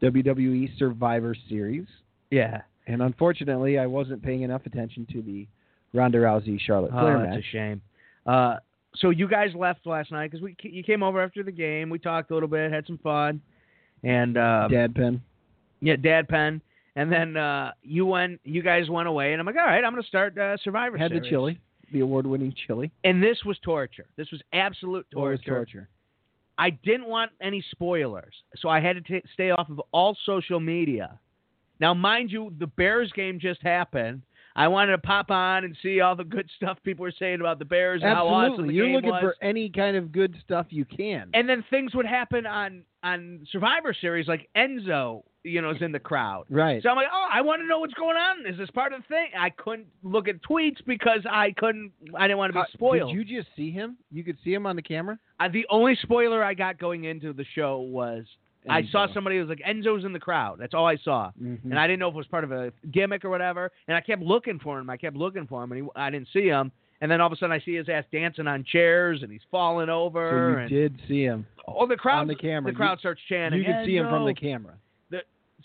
WWE Survivor Series, Yeah. and unfortunately, I wasn't paying enough attention to the Ronda Rousey Charlotte Flair Oh, that's match. a shame. Uh, so you guys left last night because we you came over after the game. We talked a little bit, had some fun, and uh, Dad pen. yeah, Dad pen. And then uh, you went, you guys went away, and I'm like, all right, I'm gonna start uh, Survivor Had the Series. chili, the award-winning chili. And this was torture. This was absolute Oh, it was torture. I didn't want any spoilers, so I had to t- stay off of all social media. Now, mind you, the Bears game just happened. I wanted to pop on and see all the good stuff people were saying about the Bears and how awesome Absolutely. the You're game looking was. for any kind of good stuff you can. and then things would happen on on Survivor Series, like Enzo you know, is in the crowd. Right. So I'm like, oh, I want to know what's going on. Is this part of the thing? I couldn't look at tweets because I couldn't. I didn't want to be Uh, spoiled. Did you just see him? You could see him on the camera. I, the only spoiler I got going into the show was I saw somebody who was like Enzo's in the crowd. That's all I saw, Mhm. and I didn't know if it was part of a gimmick or whatever. And I kept looking for him. I kept looking for him, and he, I didn't see him. And then all of a sudden, I see his ass dancing on chairs, and he's falling So over. you and did see him. oh, the crowd on the camera. The crowd You- starts chanting. you could see him from the "Enzo!" camera.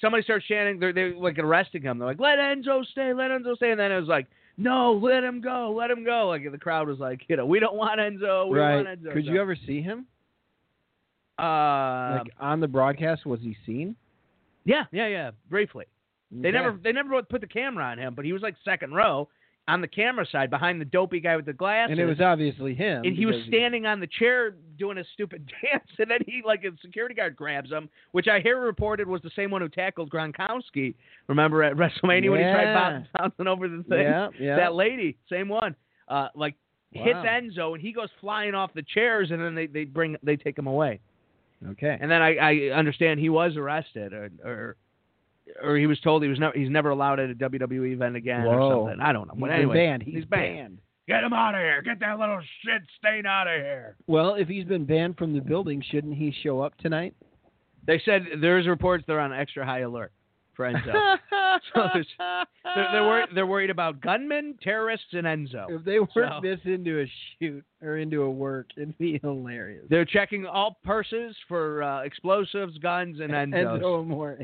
somebody starts chanting. They're, they're like arresting him. They're like, "Let Enzo stay, let Enzo stay." And then it was like, "No, let him go, let him go." Like the crowd was like, "You know, we don't want Enzo, we right. want Enzo." Could So, you ever see him? Uh, like on the broadcast, was he seen? yeah, yeah, yeah. Briefly, they Okay. never they never put the camera on him, but he was like second row on the camera side behind the dopey guy with the glasses. And it was obviously him. and he was because standing on the chair doing a stupid dance, and then he like a security guard grabs him, which I hear reported was the same one who tackled Gronkowski. Remember at WrestleMania when he tried Yeah. boun- bouncing over the thing? Yeah, yeah. That lady, same one, uh, like hits Wow. Enzo, and he goes flying off the chairs, and then they, they bring they take him away. Okay. And then I, I understand he was arrested, or, or or he was told he was never he's never allowed at a WWE event again Whoa. or something. I don't know. He's But been anyway, banned. He's, he's banned. Get him out of here. Get that little shit stain out of here. Well, if he's been banned from the building, shouldn't he show up tonight? They said there's reports they're on extra high alert for Enzo. so there's, they're, they're, worried, they're worried about gunmen, terrorists, and Enzo. If they work So- this into a shoot or into a work, it'd be hilarious. They're checking all purses for uh, explosives, guns, and Enzo. Enzo Amore.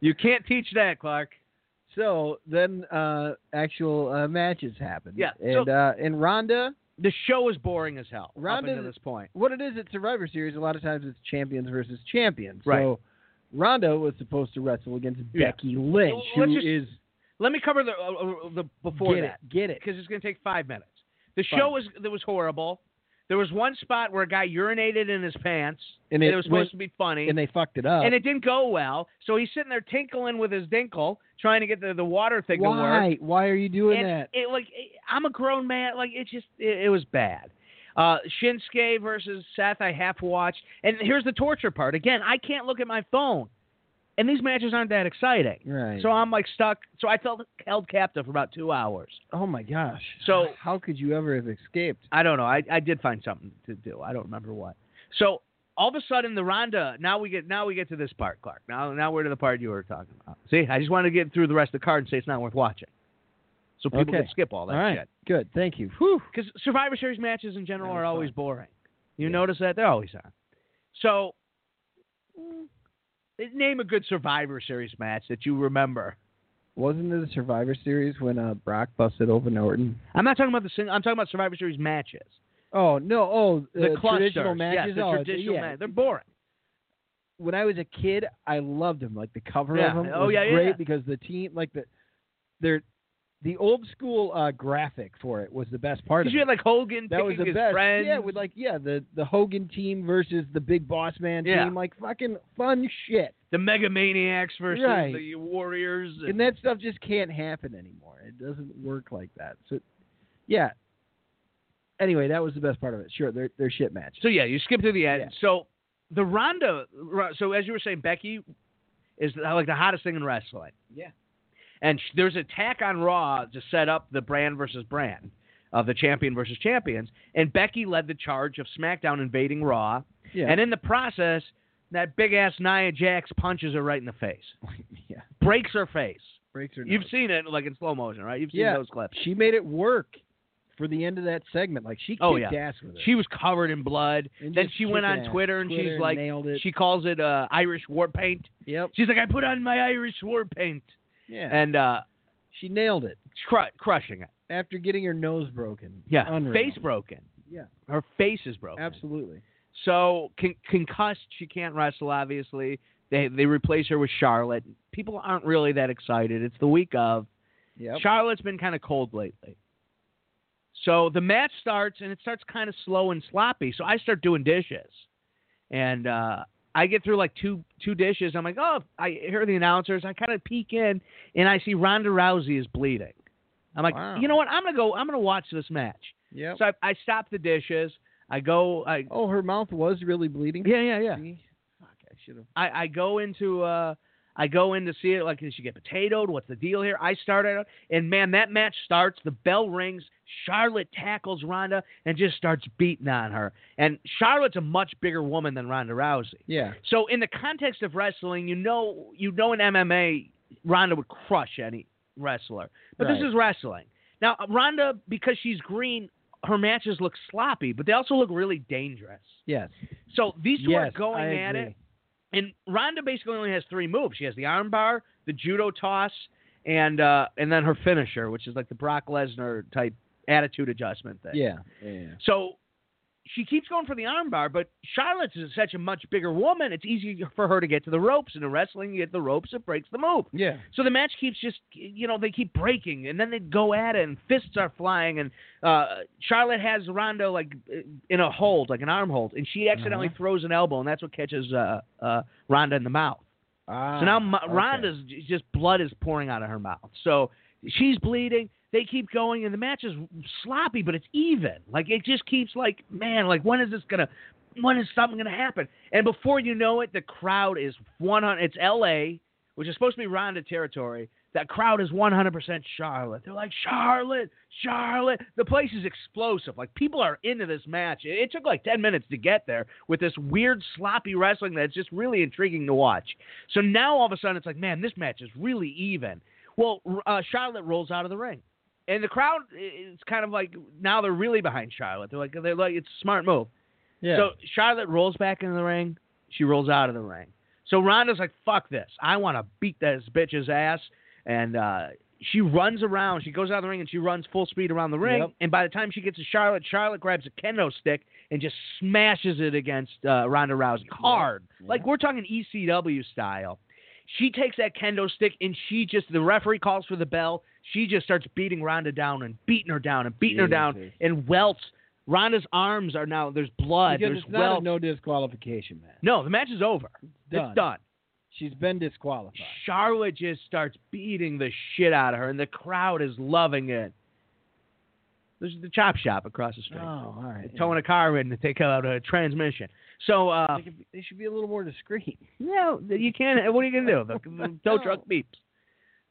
You can't teach that, Clark. so then, uh, actual uh, matches happened. Yeah, so- And uh, and Ronda, The show is boring as hell Ronda- up until this point. what it is at Survivor Series, a lot of times it's champions versus champions. Right. So Ronda was supposed to wrestle against Yeah. Becky Lynch, Let's who just- is Let me cover the, uh, uh, the before get that. it, get it. because it's going to take five minutes. The Fine. show was that was horrible. There was one spot where a guy urinated in his pants, And it was supposed went- to be funny, And they fucked it up. and it didn't go well. So he's sitting there tinkling with his dinkle, trying to get the, the water thing to work Why? Why are you doing and that? It, like it- I'm a grown man. Like it just it, it was bad. Uh, Shinsuke versus Seth, I half watched. And here's the torture part. Again, I can't look at my phone, and these matches aren't that exciting. Right. So I'm like stuck. So I felt held captive for about two hours. oh my gosh. So- how could you ever have escaped? I don't know. I, I did find something to do. I don't remember what. So all of a sudden, the Ronda. Now we get now we get to this part, Clark. Now now we're to the part you were talking about. See, I just wanted to get through the rest of the card and say it's not worth watching, so people Okay. can skip all that All right. shit. Good. Thank you. Because Survivor Series matches in general That are was always fun. boring. You notice that they're always on. So mm, name a good Survivor Series match that you remember. Wasn't it the Survivor Series when uh, Brock busted open Orton? I'm not talking about the single. I'm talking about Survivor Series matches. Oh no! Oh, The uh, clusters. traditional matches. Yes, the oh, traditional yeah. ma- They're boring. When I was a kid, I loved them. Like the cover Yeah. of them Oh, was yeah, yeah, great yeah. because the team, like the, they're, the old school uh, graphic for it was the best part of Because you had it. like Hogan that picking was the his best. friends. Yeah, with like yeah the the Hogan team versus the Big Boss Man Yeah. team, like fucking fun shit. the Mega Maniacs versus Right. the Warriors. and that stuff just can't happen anymore. It doesn't work like that. So, yeah. Anyway, that was the best part of it. Sure, they're they're shit matches. so yeah, you skip to the end. Yeah. So the Ronda. Ro- So as you were saying, Becky is the- like the hottest thing in wrestling. Yeah. And sh- there's an attack on Raw to set up the brand versus brand of the champion versus champions, and Becky led the charge of SmackDown invading Raw, Yeah. and in the process, that big ass Nia Jax punches her right in the face, yeah. breaks her face. Breaks or You've seen it like in slow motion, right? You've seen Yeah. those clips. She made it work for the end of that segment. Like she kicked Oh, yeah. ass with it. She was covered in blood. And then just she went kicking on ass. Twitter and she's like, nailed it. She calls it uh, Irish war paint. yep. She's like, I put on my Irish war paint, Yeah. and uh, she nailed it cru- crushing it. after getting her nose broken. Yeah, Unreal. face broken. Yeah. her face is broken. Absolutely. So con- concussed, she can't wrestle. Obviously, they they replace her with Charlotte. People aren't really that excited. It's the week of. Yep. Charlotte's been kind of cold lately. So the match starts and it starts kind of slow and sloppy. So I start doing dishes, and uh, I get through like two two dishes. I'm like, oh, I hear the announcers. I kind of peek in and I see Ronda Rousey is bleeding. I'm like, Wow. you know what? I'm gonna go. I'm gonna watch this match. Yep. So I, I stop the dishes. I go. I oh, her mouth was really bleeding. yeah yeah yeah. See? Fuck, I should have. I, I go into uh I go in to see it like did she get potatoed? What's the deal here? I start out and man, that match starts, the bell rings, Charlotte tackles Ronda and just starts beating on her. And Charlotte's a much bigger woman than Ronda Rousey. Yeah. So in the context of wrestling, you know you know in MMA Ronda would crush any wrestler. But Right. this is wrestling. Now Ronda, because she's green, her matches look sloppy, but they also look really dangerous. Yes. So these two yes, are going I at agree. it. And Ronda basically only has three moves. She has the armbar, the judo toss, and uh, and then her finisher, which is like the Brock Lesnar type attitude adjustment thing. Yeah. Yeah. So she keeps going for the armbar, but Charlotte's is such a much bigger woman. It's easy for her to get to the ropes. And in wrestling, you get the ropes, it breaks the move. Yeah. So the match keeps just, you know, they keep breaking, and then they go at it, and fists are flying, and uh, Charlotte has Ronda like in a hold, like an arm hold, and she accidentally throws an elbow, and that's what catches uh, uh, Ronda in the mouth. Ah, so now Ma- okay. Ronda's j- just blood is pouring out of her mouth, so she's bleeding. They keep going, and the match is sloppy, but it's even. Like it just keeps like, man, like when is this gonna? When is something gonna happen? And before you know it, the crowd is one hundred. It's L.A which is supposed to be Ronda territory, that crowd is 100% Charlotte. They're like, Charlotte, Charlotte. The place is explosive. Like, people are into this match. It, it took like 10 minutes to get there with this weird, sloppy wrestling that's just really intriguing to watch. So now all of a sudden, it's like, man, this match is really even. Well, r- uh, Charlotte rolls out of the ring. And the crowd is kind of like now they're really behind Charlotte. They're like they're like it's a smart move. Yeah. So Charlotte rolls back into the ring. She rolls out of the ring. So Ronda's like, fuck this. I want to beat this bitch's ass. And uh, she runs around. She goes out of the ring and she runs full speed around the ring. Yep. And by the time she gets to Charlotte, Charlotte grabs a kendo stick and just smashes it against uh, Ronda Rousey hard. Like we're talking ECW style. She takes that kendo stick and she just, the referee calls for the bell. She just starts beating Ronda down and beating her down and beating her down Jesus. and welts. Ronda's arms are now, there's blood. because there's it's not welts. a no disqualification match. No, the match is over. Done. It's done. She's been disqualified. Charlotte just starts beating the shit out of her, and the crowd is loving it. There's the chop shop across the Oh, street. all right. Towing a car in to take out a transmission. So, uh, They could be- they should be a little more discreet. no, you can't. What are you going to do? The, the tow truck beeps.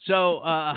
So, uh,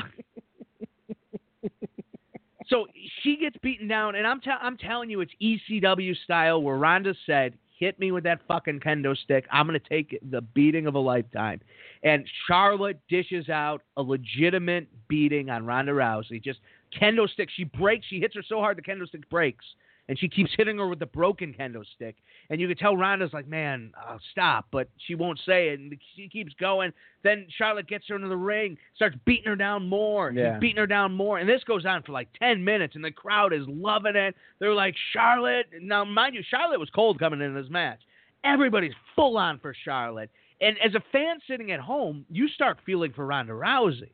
so she gets beaten down, and I'm, tell i I'm telling you, it's ECW style where Ronda said, "Hit me with that fucking kendo stick. I'm gonna take the beating of a lifetime." And Charlotte dishes out a legitimate beating on Ronda Rousey. Just kendo stick. She breaks. She hits her so hard the kendo stick breaks, and she keeps hitting her with the broken kendo stick. And you could tell Ronda's like, "Man, uh, stop," but she won't say it, and she keeps going. Then Charlotte gets her into the ring, starts beating her down more, Yeah. beating her down more, and this goes on for like ten minutes, and the crowd is loving it. They're like, "Charlotte!" Now, mind you, Charlotte was cold coming into this match. Everybody's full on for Charlotte, and as a fan sitting at home, you start feeling for Ronda Rousey.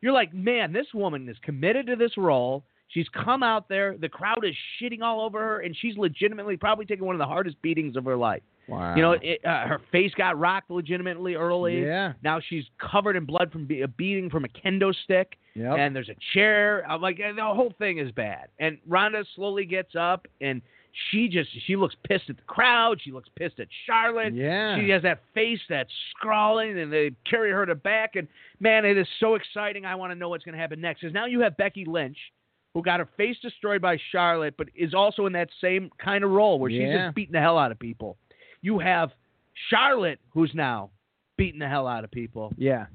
You're like, man, this woman is committed to this role. She's come out there. The crowd is shitting all over her, and she's legitimately probably taking one of the hardest beatings of her life. Wow. You know, it, uh, her face got rocked legitimately early. yeah. Now she's covered in blood from be- a beating from a kendo stick, Yep. and there's a chair. I'm like, uh, the whole thing is bad. And Rhonda slowly gets up, and she just she looks pissed at the crowd. She looks pissed at Charlotte. yeah. She has that face that's scrawling, and they carry her to back. And man, it is so exciting. I want to know what's going to happen next. Because now you have Becky Lynch, who got her face destroyed by Charlotte, but is also in that same kind of role where she's Yeah. just beating the hell out of people. You have Charlotte, who's now beating the hell out of people. yeah.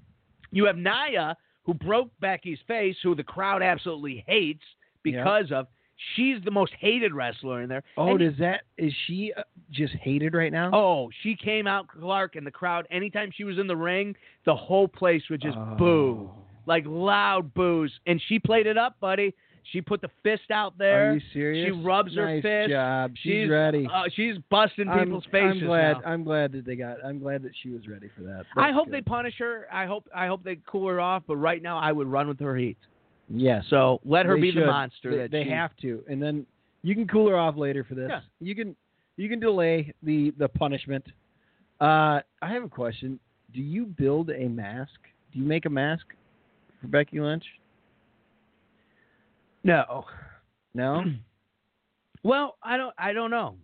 You have Naya, who broke Becky's face, who the crowd absolutely hates because of. She's the most hated wrestler in there. Oh, And does that is she uh, just hated right now? Oh, she came out Clark and the crowd. Anytime she was in the ring, the whole place would just Oh. boo, like loud boos. And she played it up, buddy. She put the fist out there. Are you serious? She rubs her Nice fist. Job. She's, she's ready. Uh, she's busting I'm- people's faces. I'm glad. now. I'm glad that they got. I'm glad that she was ready for that. I That's hope they good. punish her. I hope I hope they cool her off. But right now, I would run with her heat. Yes. So let her They be should. the monster They, that they she- have to, and then you can cool her off later for this. Yeah. You can you can delay the the punishment. Uh, I have a question. Do you build a mask? Do you make a mask for Becky Lynch? No. No. Well, I don't. I don't know.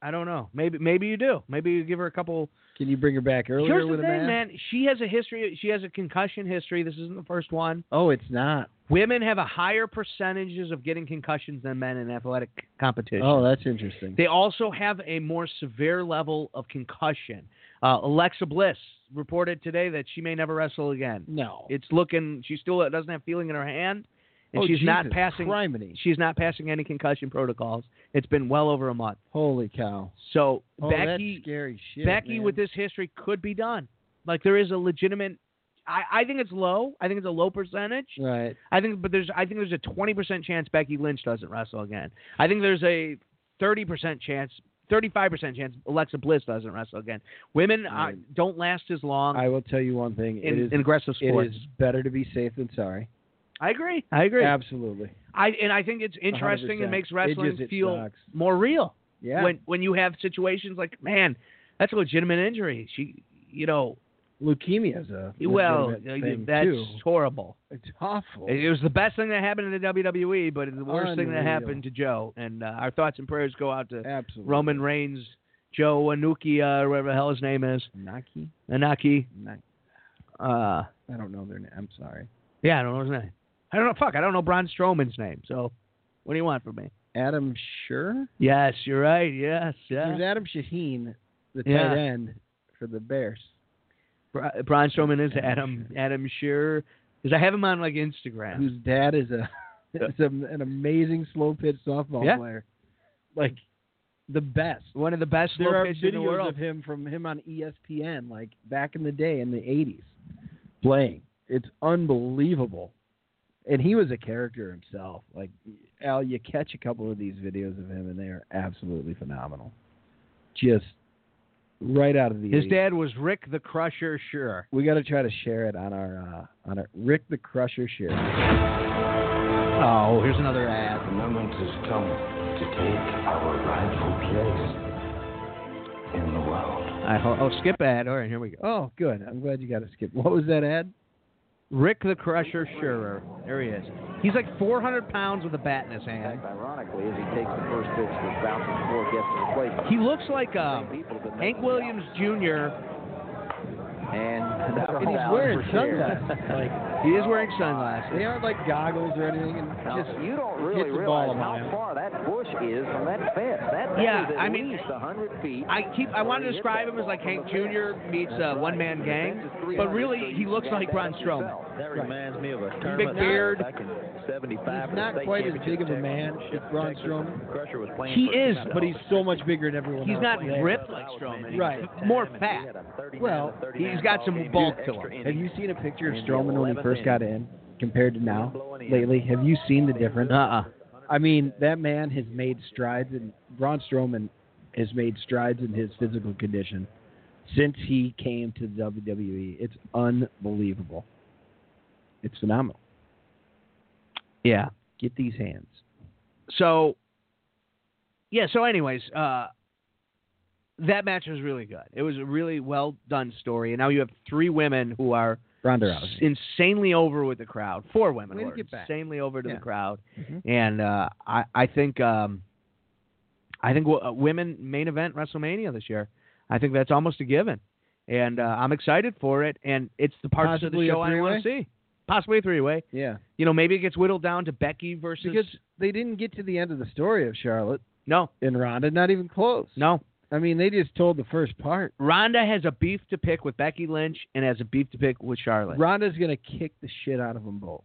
I don't know. Maybe maybe you do. Maybe you give her a couple Can you bring her back earlier Here's the with a thing, mask? man. She has a history. She has a concussion history. This isn't the first one. Oh, it's not. Women have a higher percentages of getting concussions than men in athletic competition. Oh, that's interesting. They also have a more severe level of concussion. Uh, Alexa Bliss reported today that she may never wrestle again. No. It's looking. She still doesn't have feeling in her hand, and oh, she's not Jesus passing. criminy. She's not passing any concussion protocols. It's been well over a month. Holy cow. So Oh, Becky, that's scary shit. Becky man. with this history could be done. Like there is a legitimate. I, I think it's low. I think it's a low percentage. Right. I think, but there's I think there's a 20% chance Becky Lynch doesn't wrestle again. I think there's a 30% chance, 35% chance Alexa Bliss doesn't wrestle again. Women uh, Mm. don't last as long I will tell you one thing. it in, is in aggressive it sports. is better to be safe than sorry. I agree. I agree. Absolutely. I and I think it's interesting. It 100%. makes wrestling It just- it feel sucks. more real. Yeah. when when you have situations like man that's a legitimate injury she you know Leukemia is a well legitimate uh, thing that's too. horrible It's awful. it, it was the best thing that happened in the WWE but it's the worst thing that Unreal. happened to Joe and uh, our thoughts and prayers go out to Absolutely. Roman Reigns Joe Anukia or whatever the hell his name is Naki? Anaki Naki. uh I don't know their name. I'm sorry. yeah I don't know his name I don't know fuck I don't know Braun Strowman's name so what do you want from me Adam Sure. yes you're right yes yeah There's Adam Shaheen, the tight Yeah. end for the Bears. Bra- Braun Strowman is Adam Adam Adam Shearer because I have him on like Instagram whose dad is a is a, an amazing slow pitch softball Yeah. player, like the best. one of the best there slow are pitches videos in the world. of him from him on E ESPN, like back in the day in the '80s, playing. It's unbelievable, and he was a character himself. Like Al, you catch a couple of these videos of him, and they are absolutely phenomenal. Just right out of the His 80s. dad was Rick the Crusher Shearer. We got to try to share it on our uh, on our Rick the Crusher share. Oh, here's another ad. The moment has come to take our rightful place in the world. I ho- oh, skip ad. All right, here we go. Oh, good. I'm glad you got to skip. What was that ad? Rick the Crusher Shearer. There he is. He's like 400 pounds with a bat in his hand. Ironically, as he takes the first pitch that bounces before it gets to the plate, He looks like same um, people that Hank Williams Jr. and And he's wearing sunglasses. like He is wearing sunglasses. they aren't like goggles or anything. And Now, just you don't hits really the realize ball a how mile. far that bush is from that fence. That fence Yeah, is at I mean, least 100 feet. I keep. I want to describe him as like Hank Jr. meets a one-man gang, but really he looks like Ron Strowman. That reminds me of a tournament beard. back he's not quite as big of a man as Braun Strowman. Crusher was playing He is, But he's so much bigger than everyone He's else. not there. ripped like Strowman. Right. More fat. Well, He's got some bulk to him. Have you seen a picture of Strowman when he first got in compared to now lately? Have you seen the difference? Uh-uh. I mean, that man has made strides, and Braun Strowman has made strides in his physical condition since he came to the WWE. It's unbelievable. It's phenomenal. Yeah. Get these hands. so yeah so anyways uh that match was really good it was a really well done story and now you have three women who are Ronda Rousey. insanely over with the crowd four women Way who to are get back. insanely over to Yeah. the crowd Mhm. and uh i i think um i think w- uh, women main event wrestlemania this year i think that's almost a given and uh, i'm excited for it and it's the parts Possibly a of the show i want to see possibly a three way Yeah, you know maybe it gets whittled down to becky versus because they didn't get to the end of the story of Charlotte no and Ronda, not even close. no I mean they just told the first part. Rhonda has a beef to pick with Becky Lynch and has a beef to pick with Charlotte. Ronda's gonna kick the shit out of them both.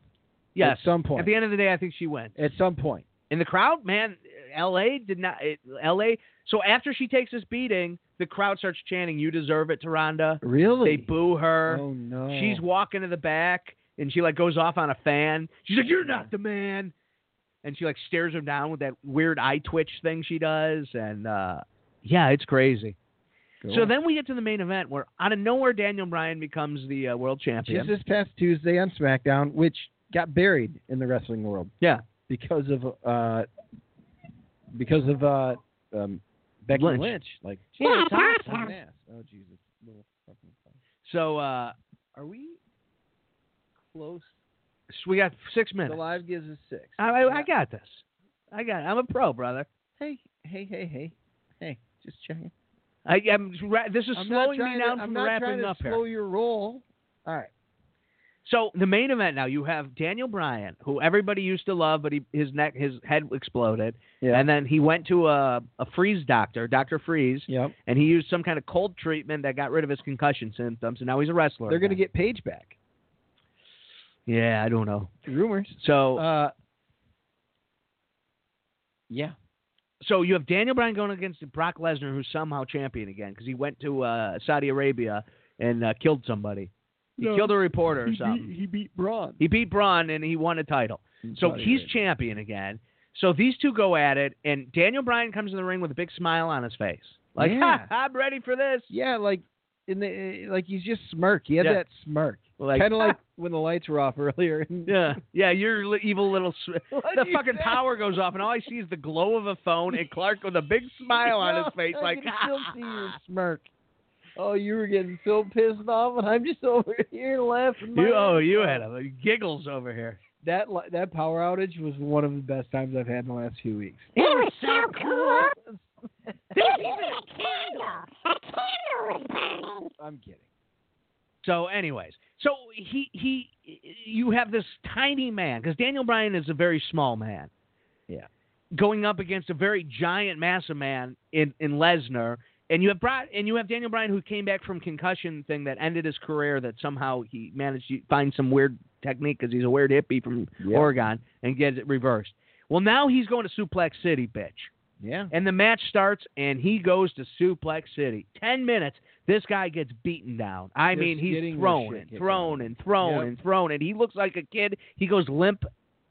yes. at some point. At the end of the day, I think she wins. At some point. And the crowd, man, LA did not. It, LA. So after she takes this beating, the crowd starts chanting, You deserve it to Rhonda. Really? They boo her. Oh no. She's walking to the back and she like goes off on a fan. She's like, You're not the man. And she like stares him down with that weird eye twitch thing she does. And uh, yeah, it's crazy. So then we get to the main event where out of nowhere Daniel Bryan becomes the uh, world champion. just this past Tuesday on SmackDown, which got buried in the wrestling world. Yeah. because of uh, because of uh, um, Becky Lynch. Lynch. Like, Yeah, Jesus, it's I'm awesome. an ass. Oh Jesus, little fucking. So uh, Are we close? s- we got six minutes. The live gives us six. I, I, I got this. I got. I'm a pro, brother. hey, hey, hey, hey, hey. Just checking. I, am this is I'm not slowing me trying to- down I'm from not trying wrapping to up here. slow your roll. All right. So the main event now, you have Daniel Bryan, who everybody used to love, but he, his neck, his head exploded, Yeah. and then he went to a, a freeze doctor, Doctor Freeze, Yep. and he used some kind of cold treatment that got rid of his concussion symptoms, and now he's a wrestler. They're going to again. get Paige back. yeah, I don't know. Rumors. So Uh, yeah. so you have Daniel Bryan going against Brock Lesnar, who's somehow champion again because he went to uh, Saudi Arabia and uh, killed somebody. He No, killed a reporter or something. he beat Braun. He beat Braun and he won a title. Mm-hmm. So he's champion again. So these two go at it, and Daniel Bryan comes in the ring with a big smile on his face, like Yeah. "Ha, I'm ready for this. yeah, like in the eh, like he's just smirk. He had Yeah. that smirk, Like, kind of like when the lights were off earlier. yeah, yeah, your li- evil little sw- the do you fucking say? power goes off, and all I see is the glow of a phone and Clark with a big smile on his face, I like can still see your smirk. Oh, you were getting so pissed off, and I'm just over here laughing. my you, oh, ass you off. had a giggles over here. that li- that power outage was one of the best times I've had in the last few weeks. It was so cool. Oh, There's even a candle. A candle was burning. I'm kidding. So, anyways, so he he, you have this tiny man because Daniel Bryan is a very small man. Yeah. Going up against a very giant, massive man in in Lesnar, and you have brought and you have Daniel Bryan who came back from concussion thing that ended his career that somehow he managed to find some weird technique because he's a weird hippie from Yeah. Oregon and gets it reversed. Well, now he's going to Suplex City, bitch. Yeah. And the match starts, and he goes to Suplex City. Ten minutes, this guy gets beaten down. I Just mean, getting he's the thrown shit and kicked out thrown of and thrown Yep. and thrown, and he looks like a kid. He goes limp.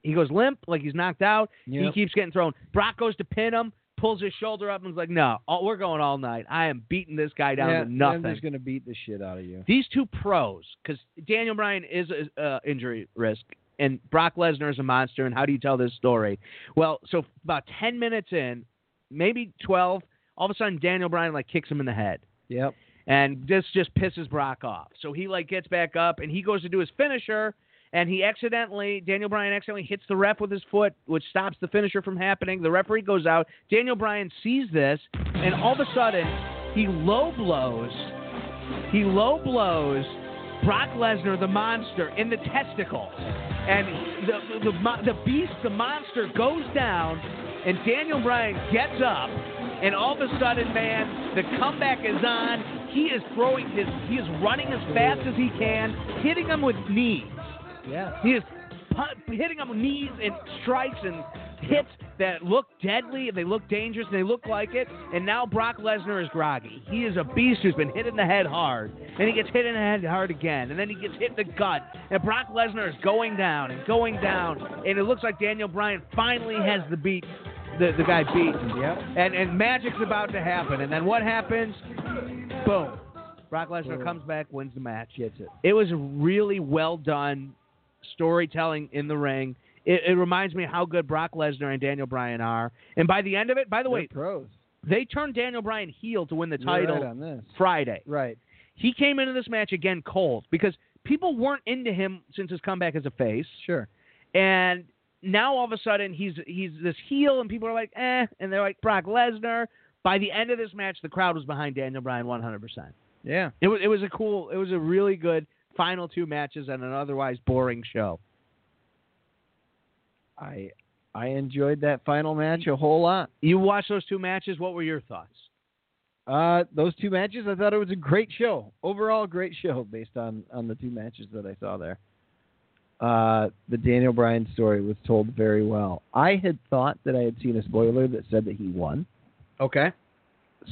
He goes limp, like he's knocked out. Yep. He keeps getting thrown. Brock goes to pin him, pulls his shoulder up, and is like, "No, all, we're going all night. I am beating this guy down yeah, to nothing." I'm just gonna beat the shit out of you. These two pros, because Daniel Bryan is a uh, injury risk, and Brock Lesnar is a monster. And how do you tell this story? Well, so about ten minutes in, maybe twelve, all of a sudden Daniel Bryan like kicks him in the head, Yep. and this just pisses Brock off. So he like gets back up and he goes to do his finisher, and he accidentally Daniel Bryan accidentally hits the ref with his foot, which stops the finisher from happening. The referee goes out. Daniel Bryan sees this, and all of a sudden he low blows. He low blows Brock Lesnar, the monster, in the testicle, and the the, the mo- the beast, the monster, goes down, and Daniel Bryan gets up, and all of a sudden, man, the comeback is on. He is throwing his, he is running as fast as he can, hitting him with knees. Yeah. He is pu- hitting him with knees and strikes and hits that look deadly and they look dangerous and they look like it. And now Brock Lesnar is groggy. He is a beast who's been hit in the head hard. And he gets hit in the head hard again. And then he gets hit in the gut. And Brock Lesnar is going down and going down. And it looks like Daniel Bryan finally has the beat, the, the guy beaten. Yep. And, and magic's about to happen. And then what happens? Boom. Brock Lesnar Boom. comes back, wins the match. Gets it. It was really well done storytelling in the ring. It, it reminds me how good Brock Lesnar and Daniel Bryan are. And by the end of it, by the They're way, pros. they turned Daniel Bryan heel to win the You're right title on this. Friday. Right. He came into this match again cold because people weren't into him since his comeback as a face, Sure. and now all of a sudden he's he's this heel, and people are like, eh, and they're like Brock Lesnar. By the end of this match, the crowd was behind Daniel Bryan 100. percent Yeah. it was it was a cool. It was a really good final two matches and an otherwise boring show. I I enjoyed that final match a whole lot. You watched those two matches. What were your thoughts? Uh, those two matches, I thought it was a great show. Overall, great show based on on the two matches that I saw there. Uh, the Daniel Bryan story was told very well. I had thought that I had seen a spoiler that said that he won, Okay.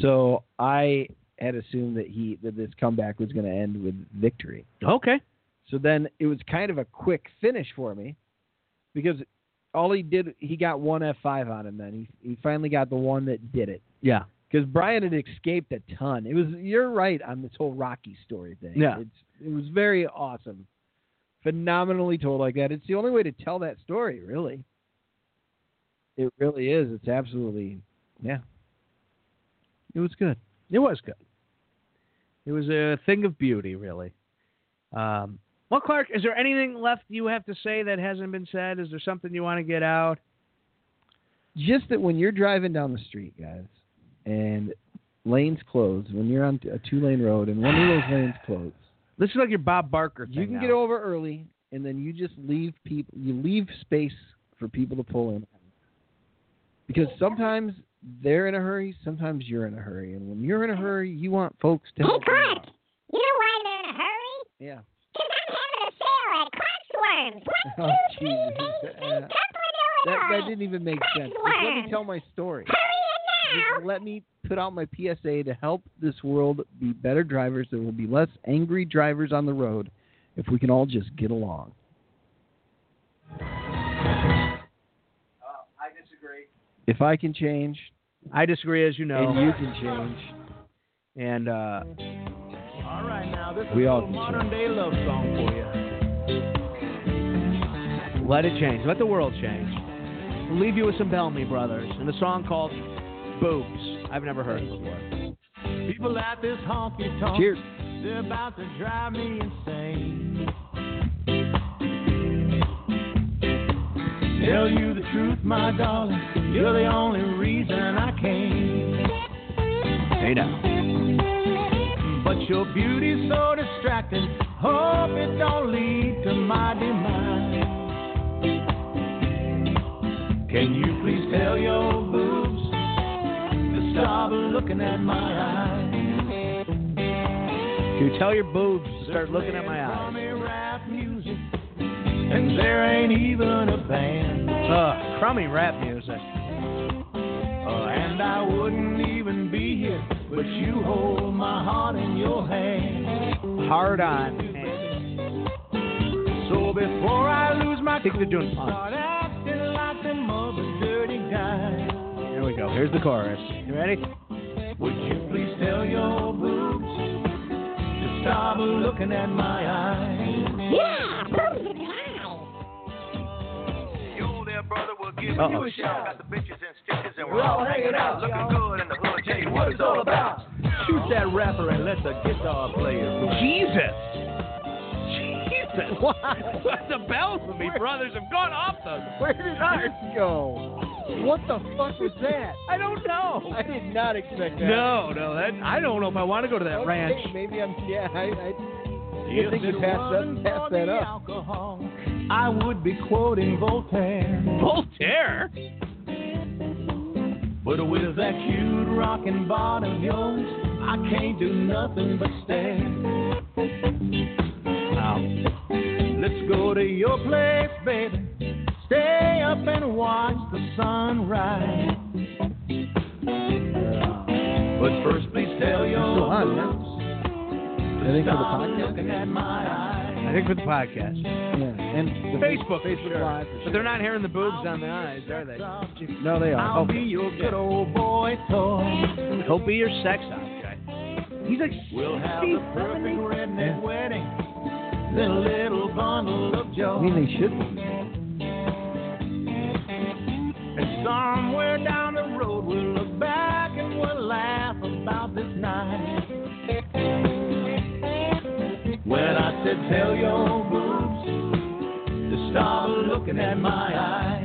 so I had assumed that he that this comeback was going to end with victory. Okay. So then it was kind of a quick finish for me because all he did he got one F5 on him. Then he he finally got the one that did it Yeah. because Brian had escaped a ton. It was you're right on this whole Rocky story thing. Yeah. it's, it was very awesome, phenomenally told like that. It's the only way to tell that story, really. It really is. It's absolutely yeah. It was good. It was good. It was a thing of beauty, really. Um, well, Clark, is there anything left you have to say that hasn't been said? Is there something you want to get out? Just that when you're driving down the street, guys, and lanes close when you're on a two lane road and one of those lanes close. This is like your Bob Barker. You can now. get over early, and then you just leave people. You leave space for people to pull in, because sometimes they're in a hurry. Sometimes you're in a hurry, and when you're in a hurry, you want folks to. Hey, help you Clark, out. you know why they're in a hurry? Yeah. Because I'm having a sale at Clark's Worms. Oh, One, two, three, Jesus. Main Street, Uh, Copeland, That, Illinois. that didn't even make sense. Just let me tell my story. Hurry in Just now. let me put out my PSA to help this world be better drivers. There will be less angry drivers on the road if we can all just get along. Uh, I disagree. If I can change I disagree, as you know. and you can change, And, uh, All right, now this We is a all can little modern day love song for you. let it change. Let the world change. We'll leave you with some Bellamy Brothers and a song called Boobs. I've never heard it before. People at this honky tonk, cheers. they're about to drive me insane. Tell you the truth, my darling, you're the only reason I came. Hey now. But your beauty's so distracting. Hope it don't lead to my demise. Can you please tell your boobs to stop looking at my eyes? Can you tell your boobs to start looking at my eyes? Crummy rap music, and there ain't even a band. Ugh, crummy rap music. Uh, and I wouldn't even be here, but you hold my heart in your hand. Hard on. So before I lose my I think they're doing pun. Start acting like the mother dirty guy. Here we go. Here's the chorus. You ready? Would you please tell your boobs to stop looking at my eyes? Yeah, boobs and eyes. Yo, there, brother, we'll give Uh-oh. you a shout. Got the bitches and stitches, and We're we're all all hanging hanging out, out. Looking y'all. good in the hood. Tell you what it's all about. Shoot that rapper and let the guitar player play. Jesus. Jesus. What? the Bellamy Brothers have gone off the. Where did ours go? What the fuck was that? I don't know. I did not expect that. No, no, that, I don't know if I want to go to that Okay, ranch. Maybe I'm. Yeah, I. I If think you it passed that- wasn't passed for that the up. alcohol, I would be quoting Voltaire. Voltaire. But with that cute rockin' bottom of yours, I can't do nothing but stare. Wow. Let's go to your place, baby. Stay up and watch the sunrise. But first, please tell your still on, yeah? folks I to think for the stop podcast. looking at my eyes. I think for the podcast. Yeah, and the Facebook, Facebook sure. Live. for But sure. they're not hearing the boobs on the eyes, are they? No, they are. I'll Okay. be your good old boy toy. He'll be your sex object. He's like We'll have 60, the perfect redneck wedding. Then a little bundle of I joy. mean, Oh, they should. be. And somewhere down the road, we'll look back and we'll laugh about this night. When I said, Tell your boobs to stop looking at my eyes.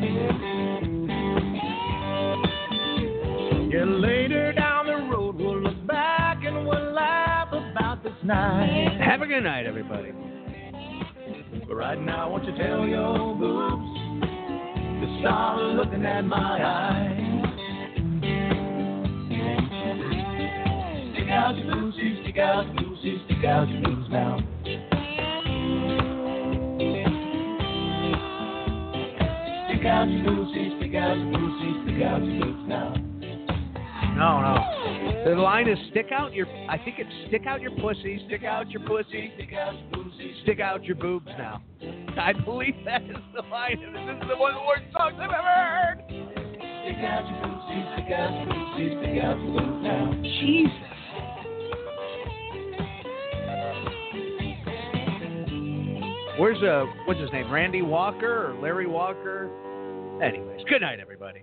Yeah, later down the road, we'll look back and we'll laugh about this night. Have a good night, everybody. But right now, won't you tell your boobs to stop looking at my eyes? Stick out your boosies, stick out your boosies, stick out your boobs now. Stick out your boosies, stick out your boosies, stick out your boobs now. No, no. The line is stick out your. I think it's stick out your pussy, stick out your pussy, Stick out your boosies, stick out your boobs now. I believe that is the line. and This is the one of the worst songs I've ever heard. stick out your boosies, stick out your boosies, stick out your boobs now. Jesus. Where's uh what's his name? Randy Walker or Larry Walker? Anyways, good night everybody.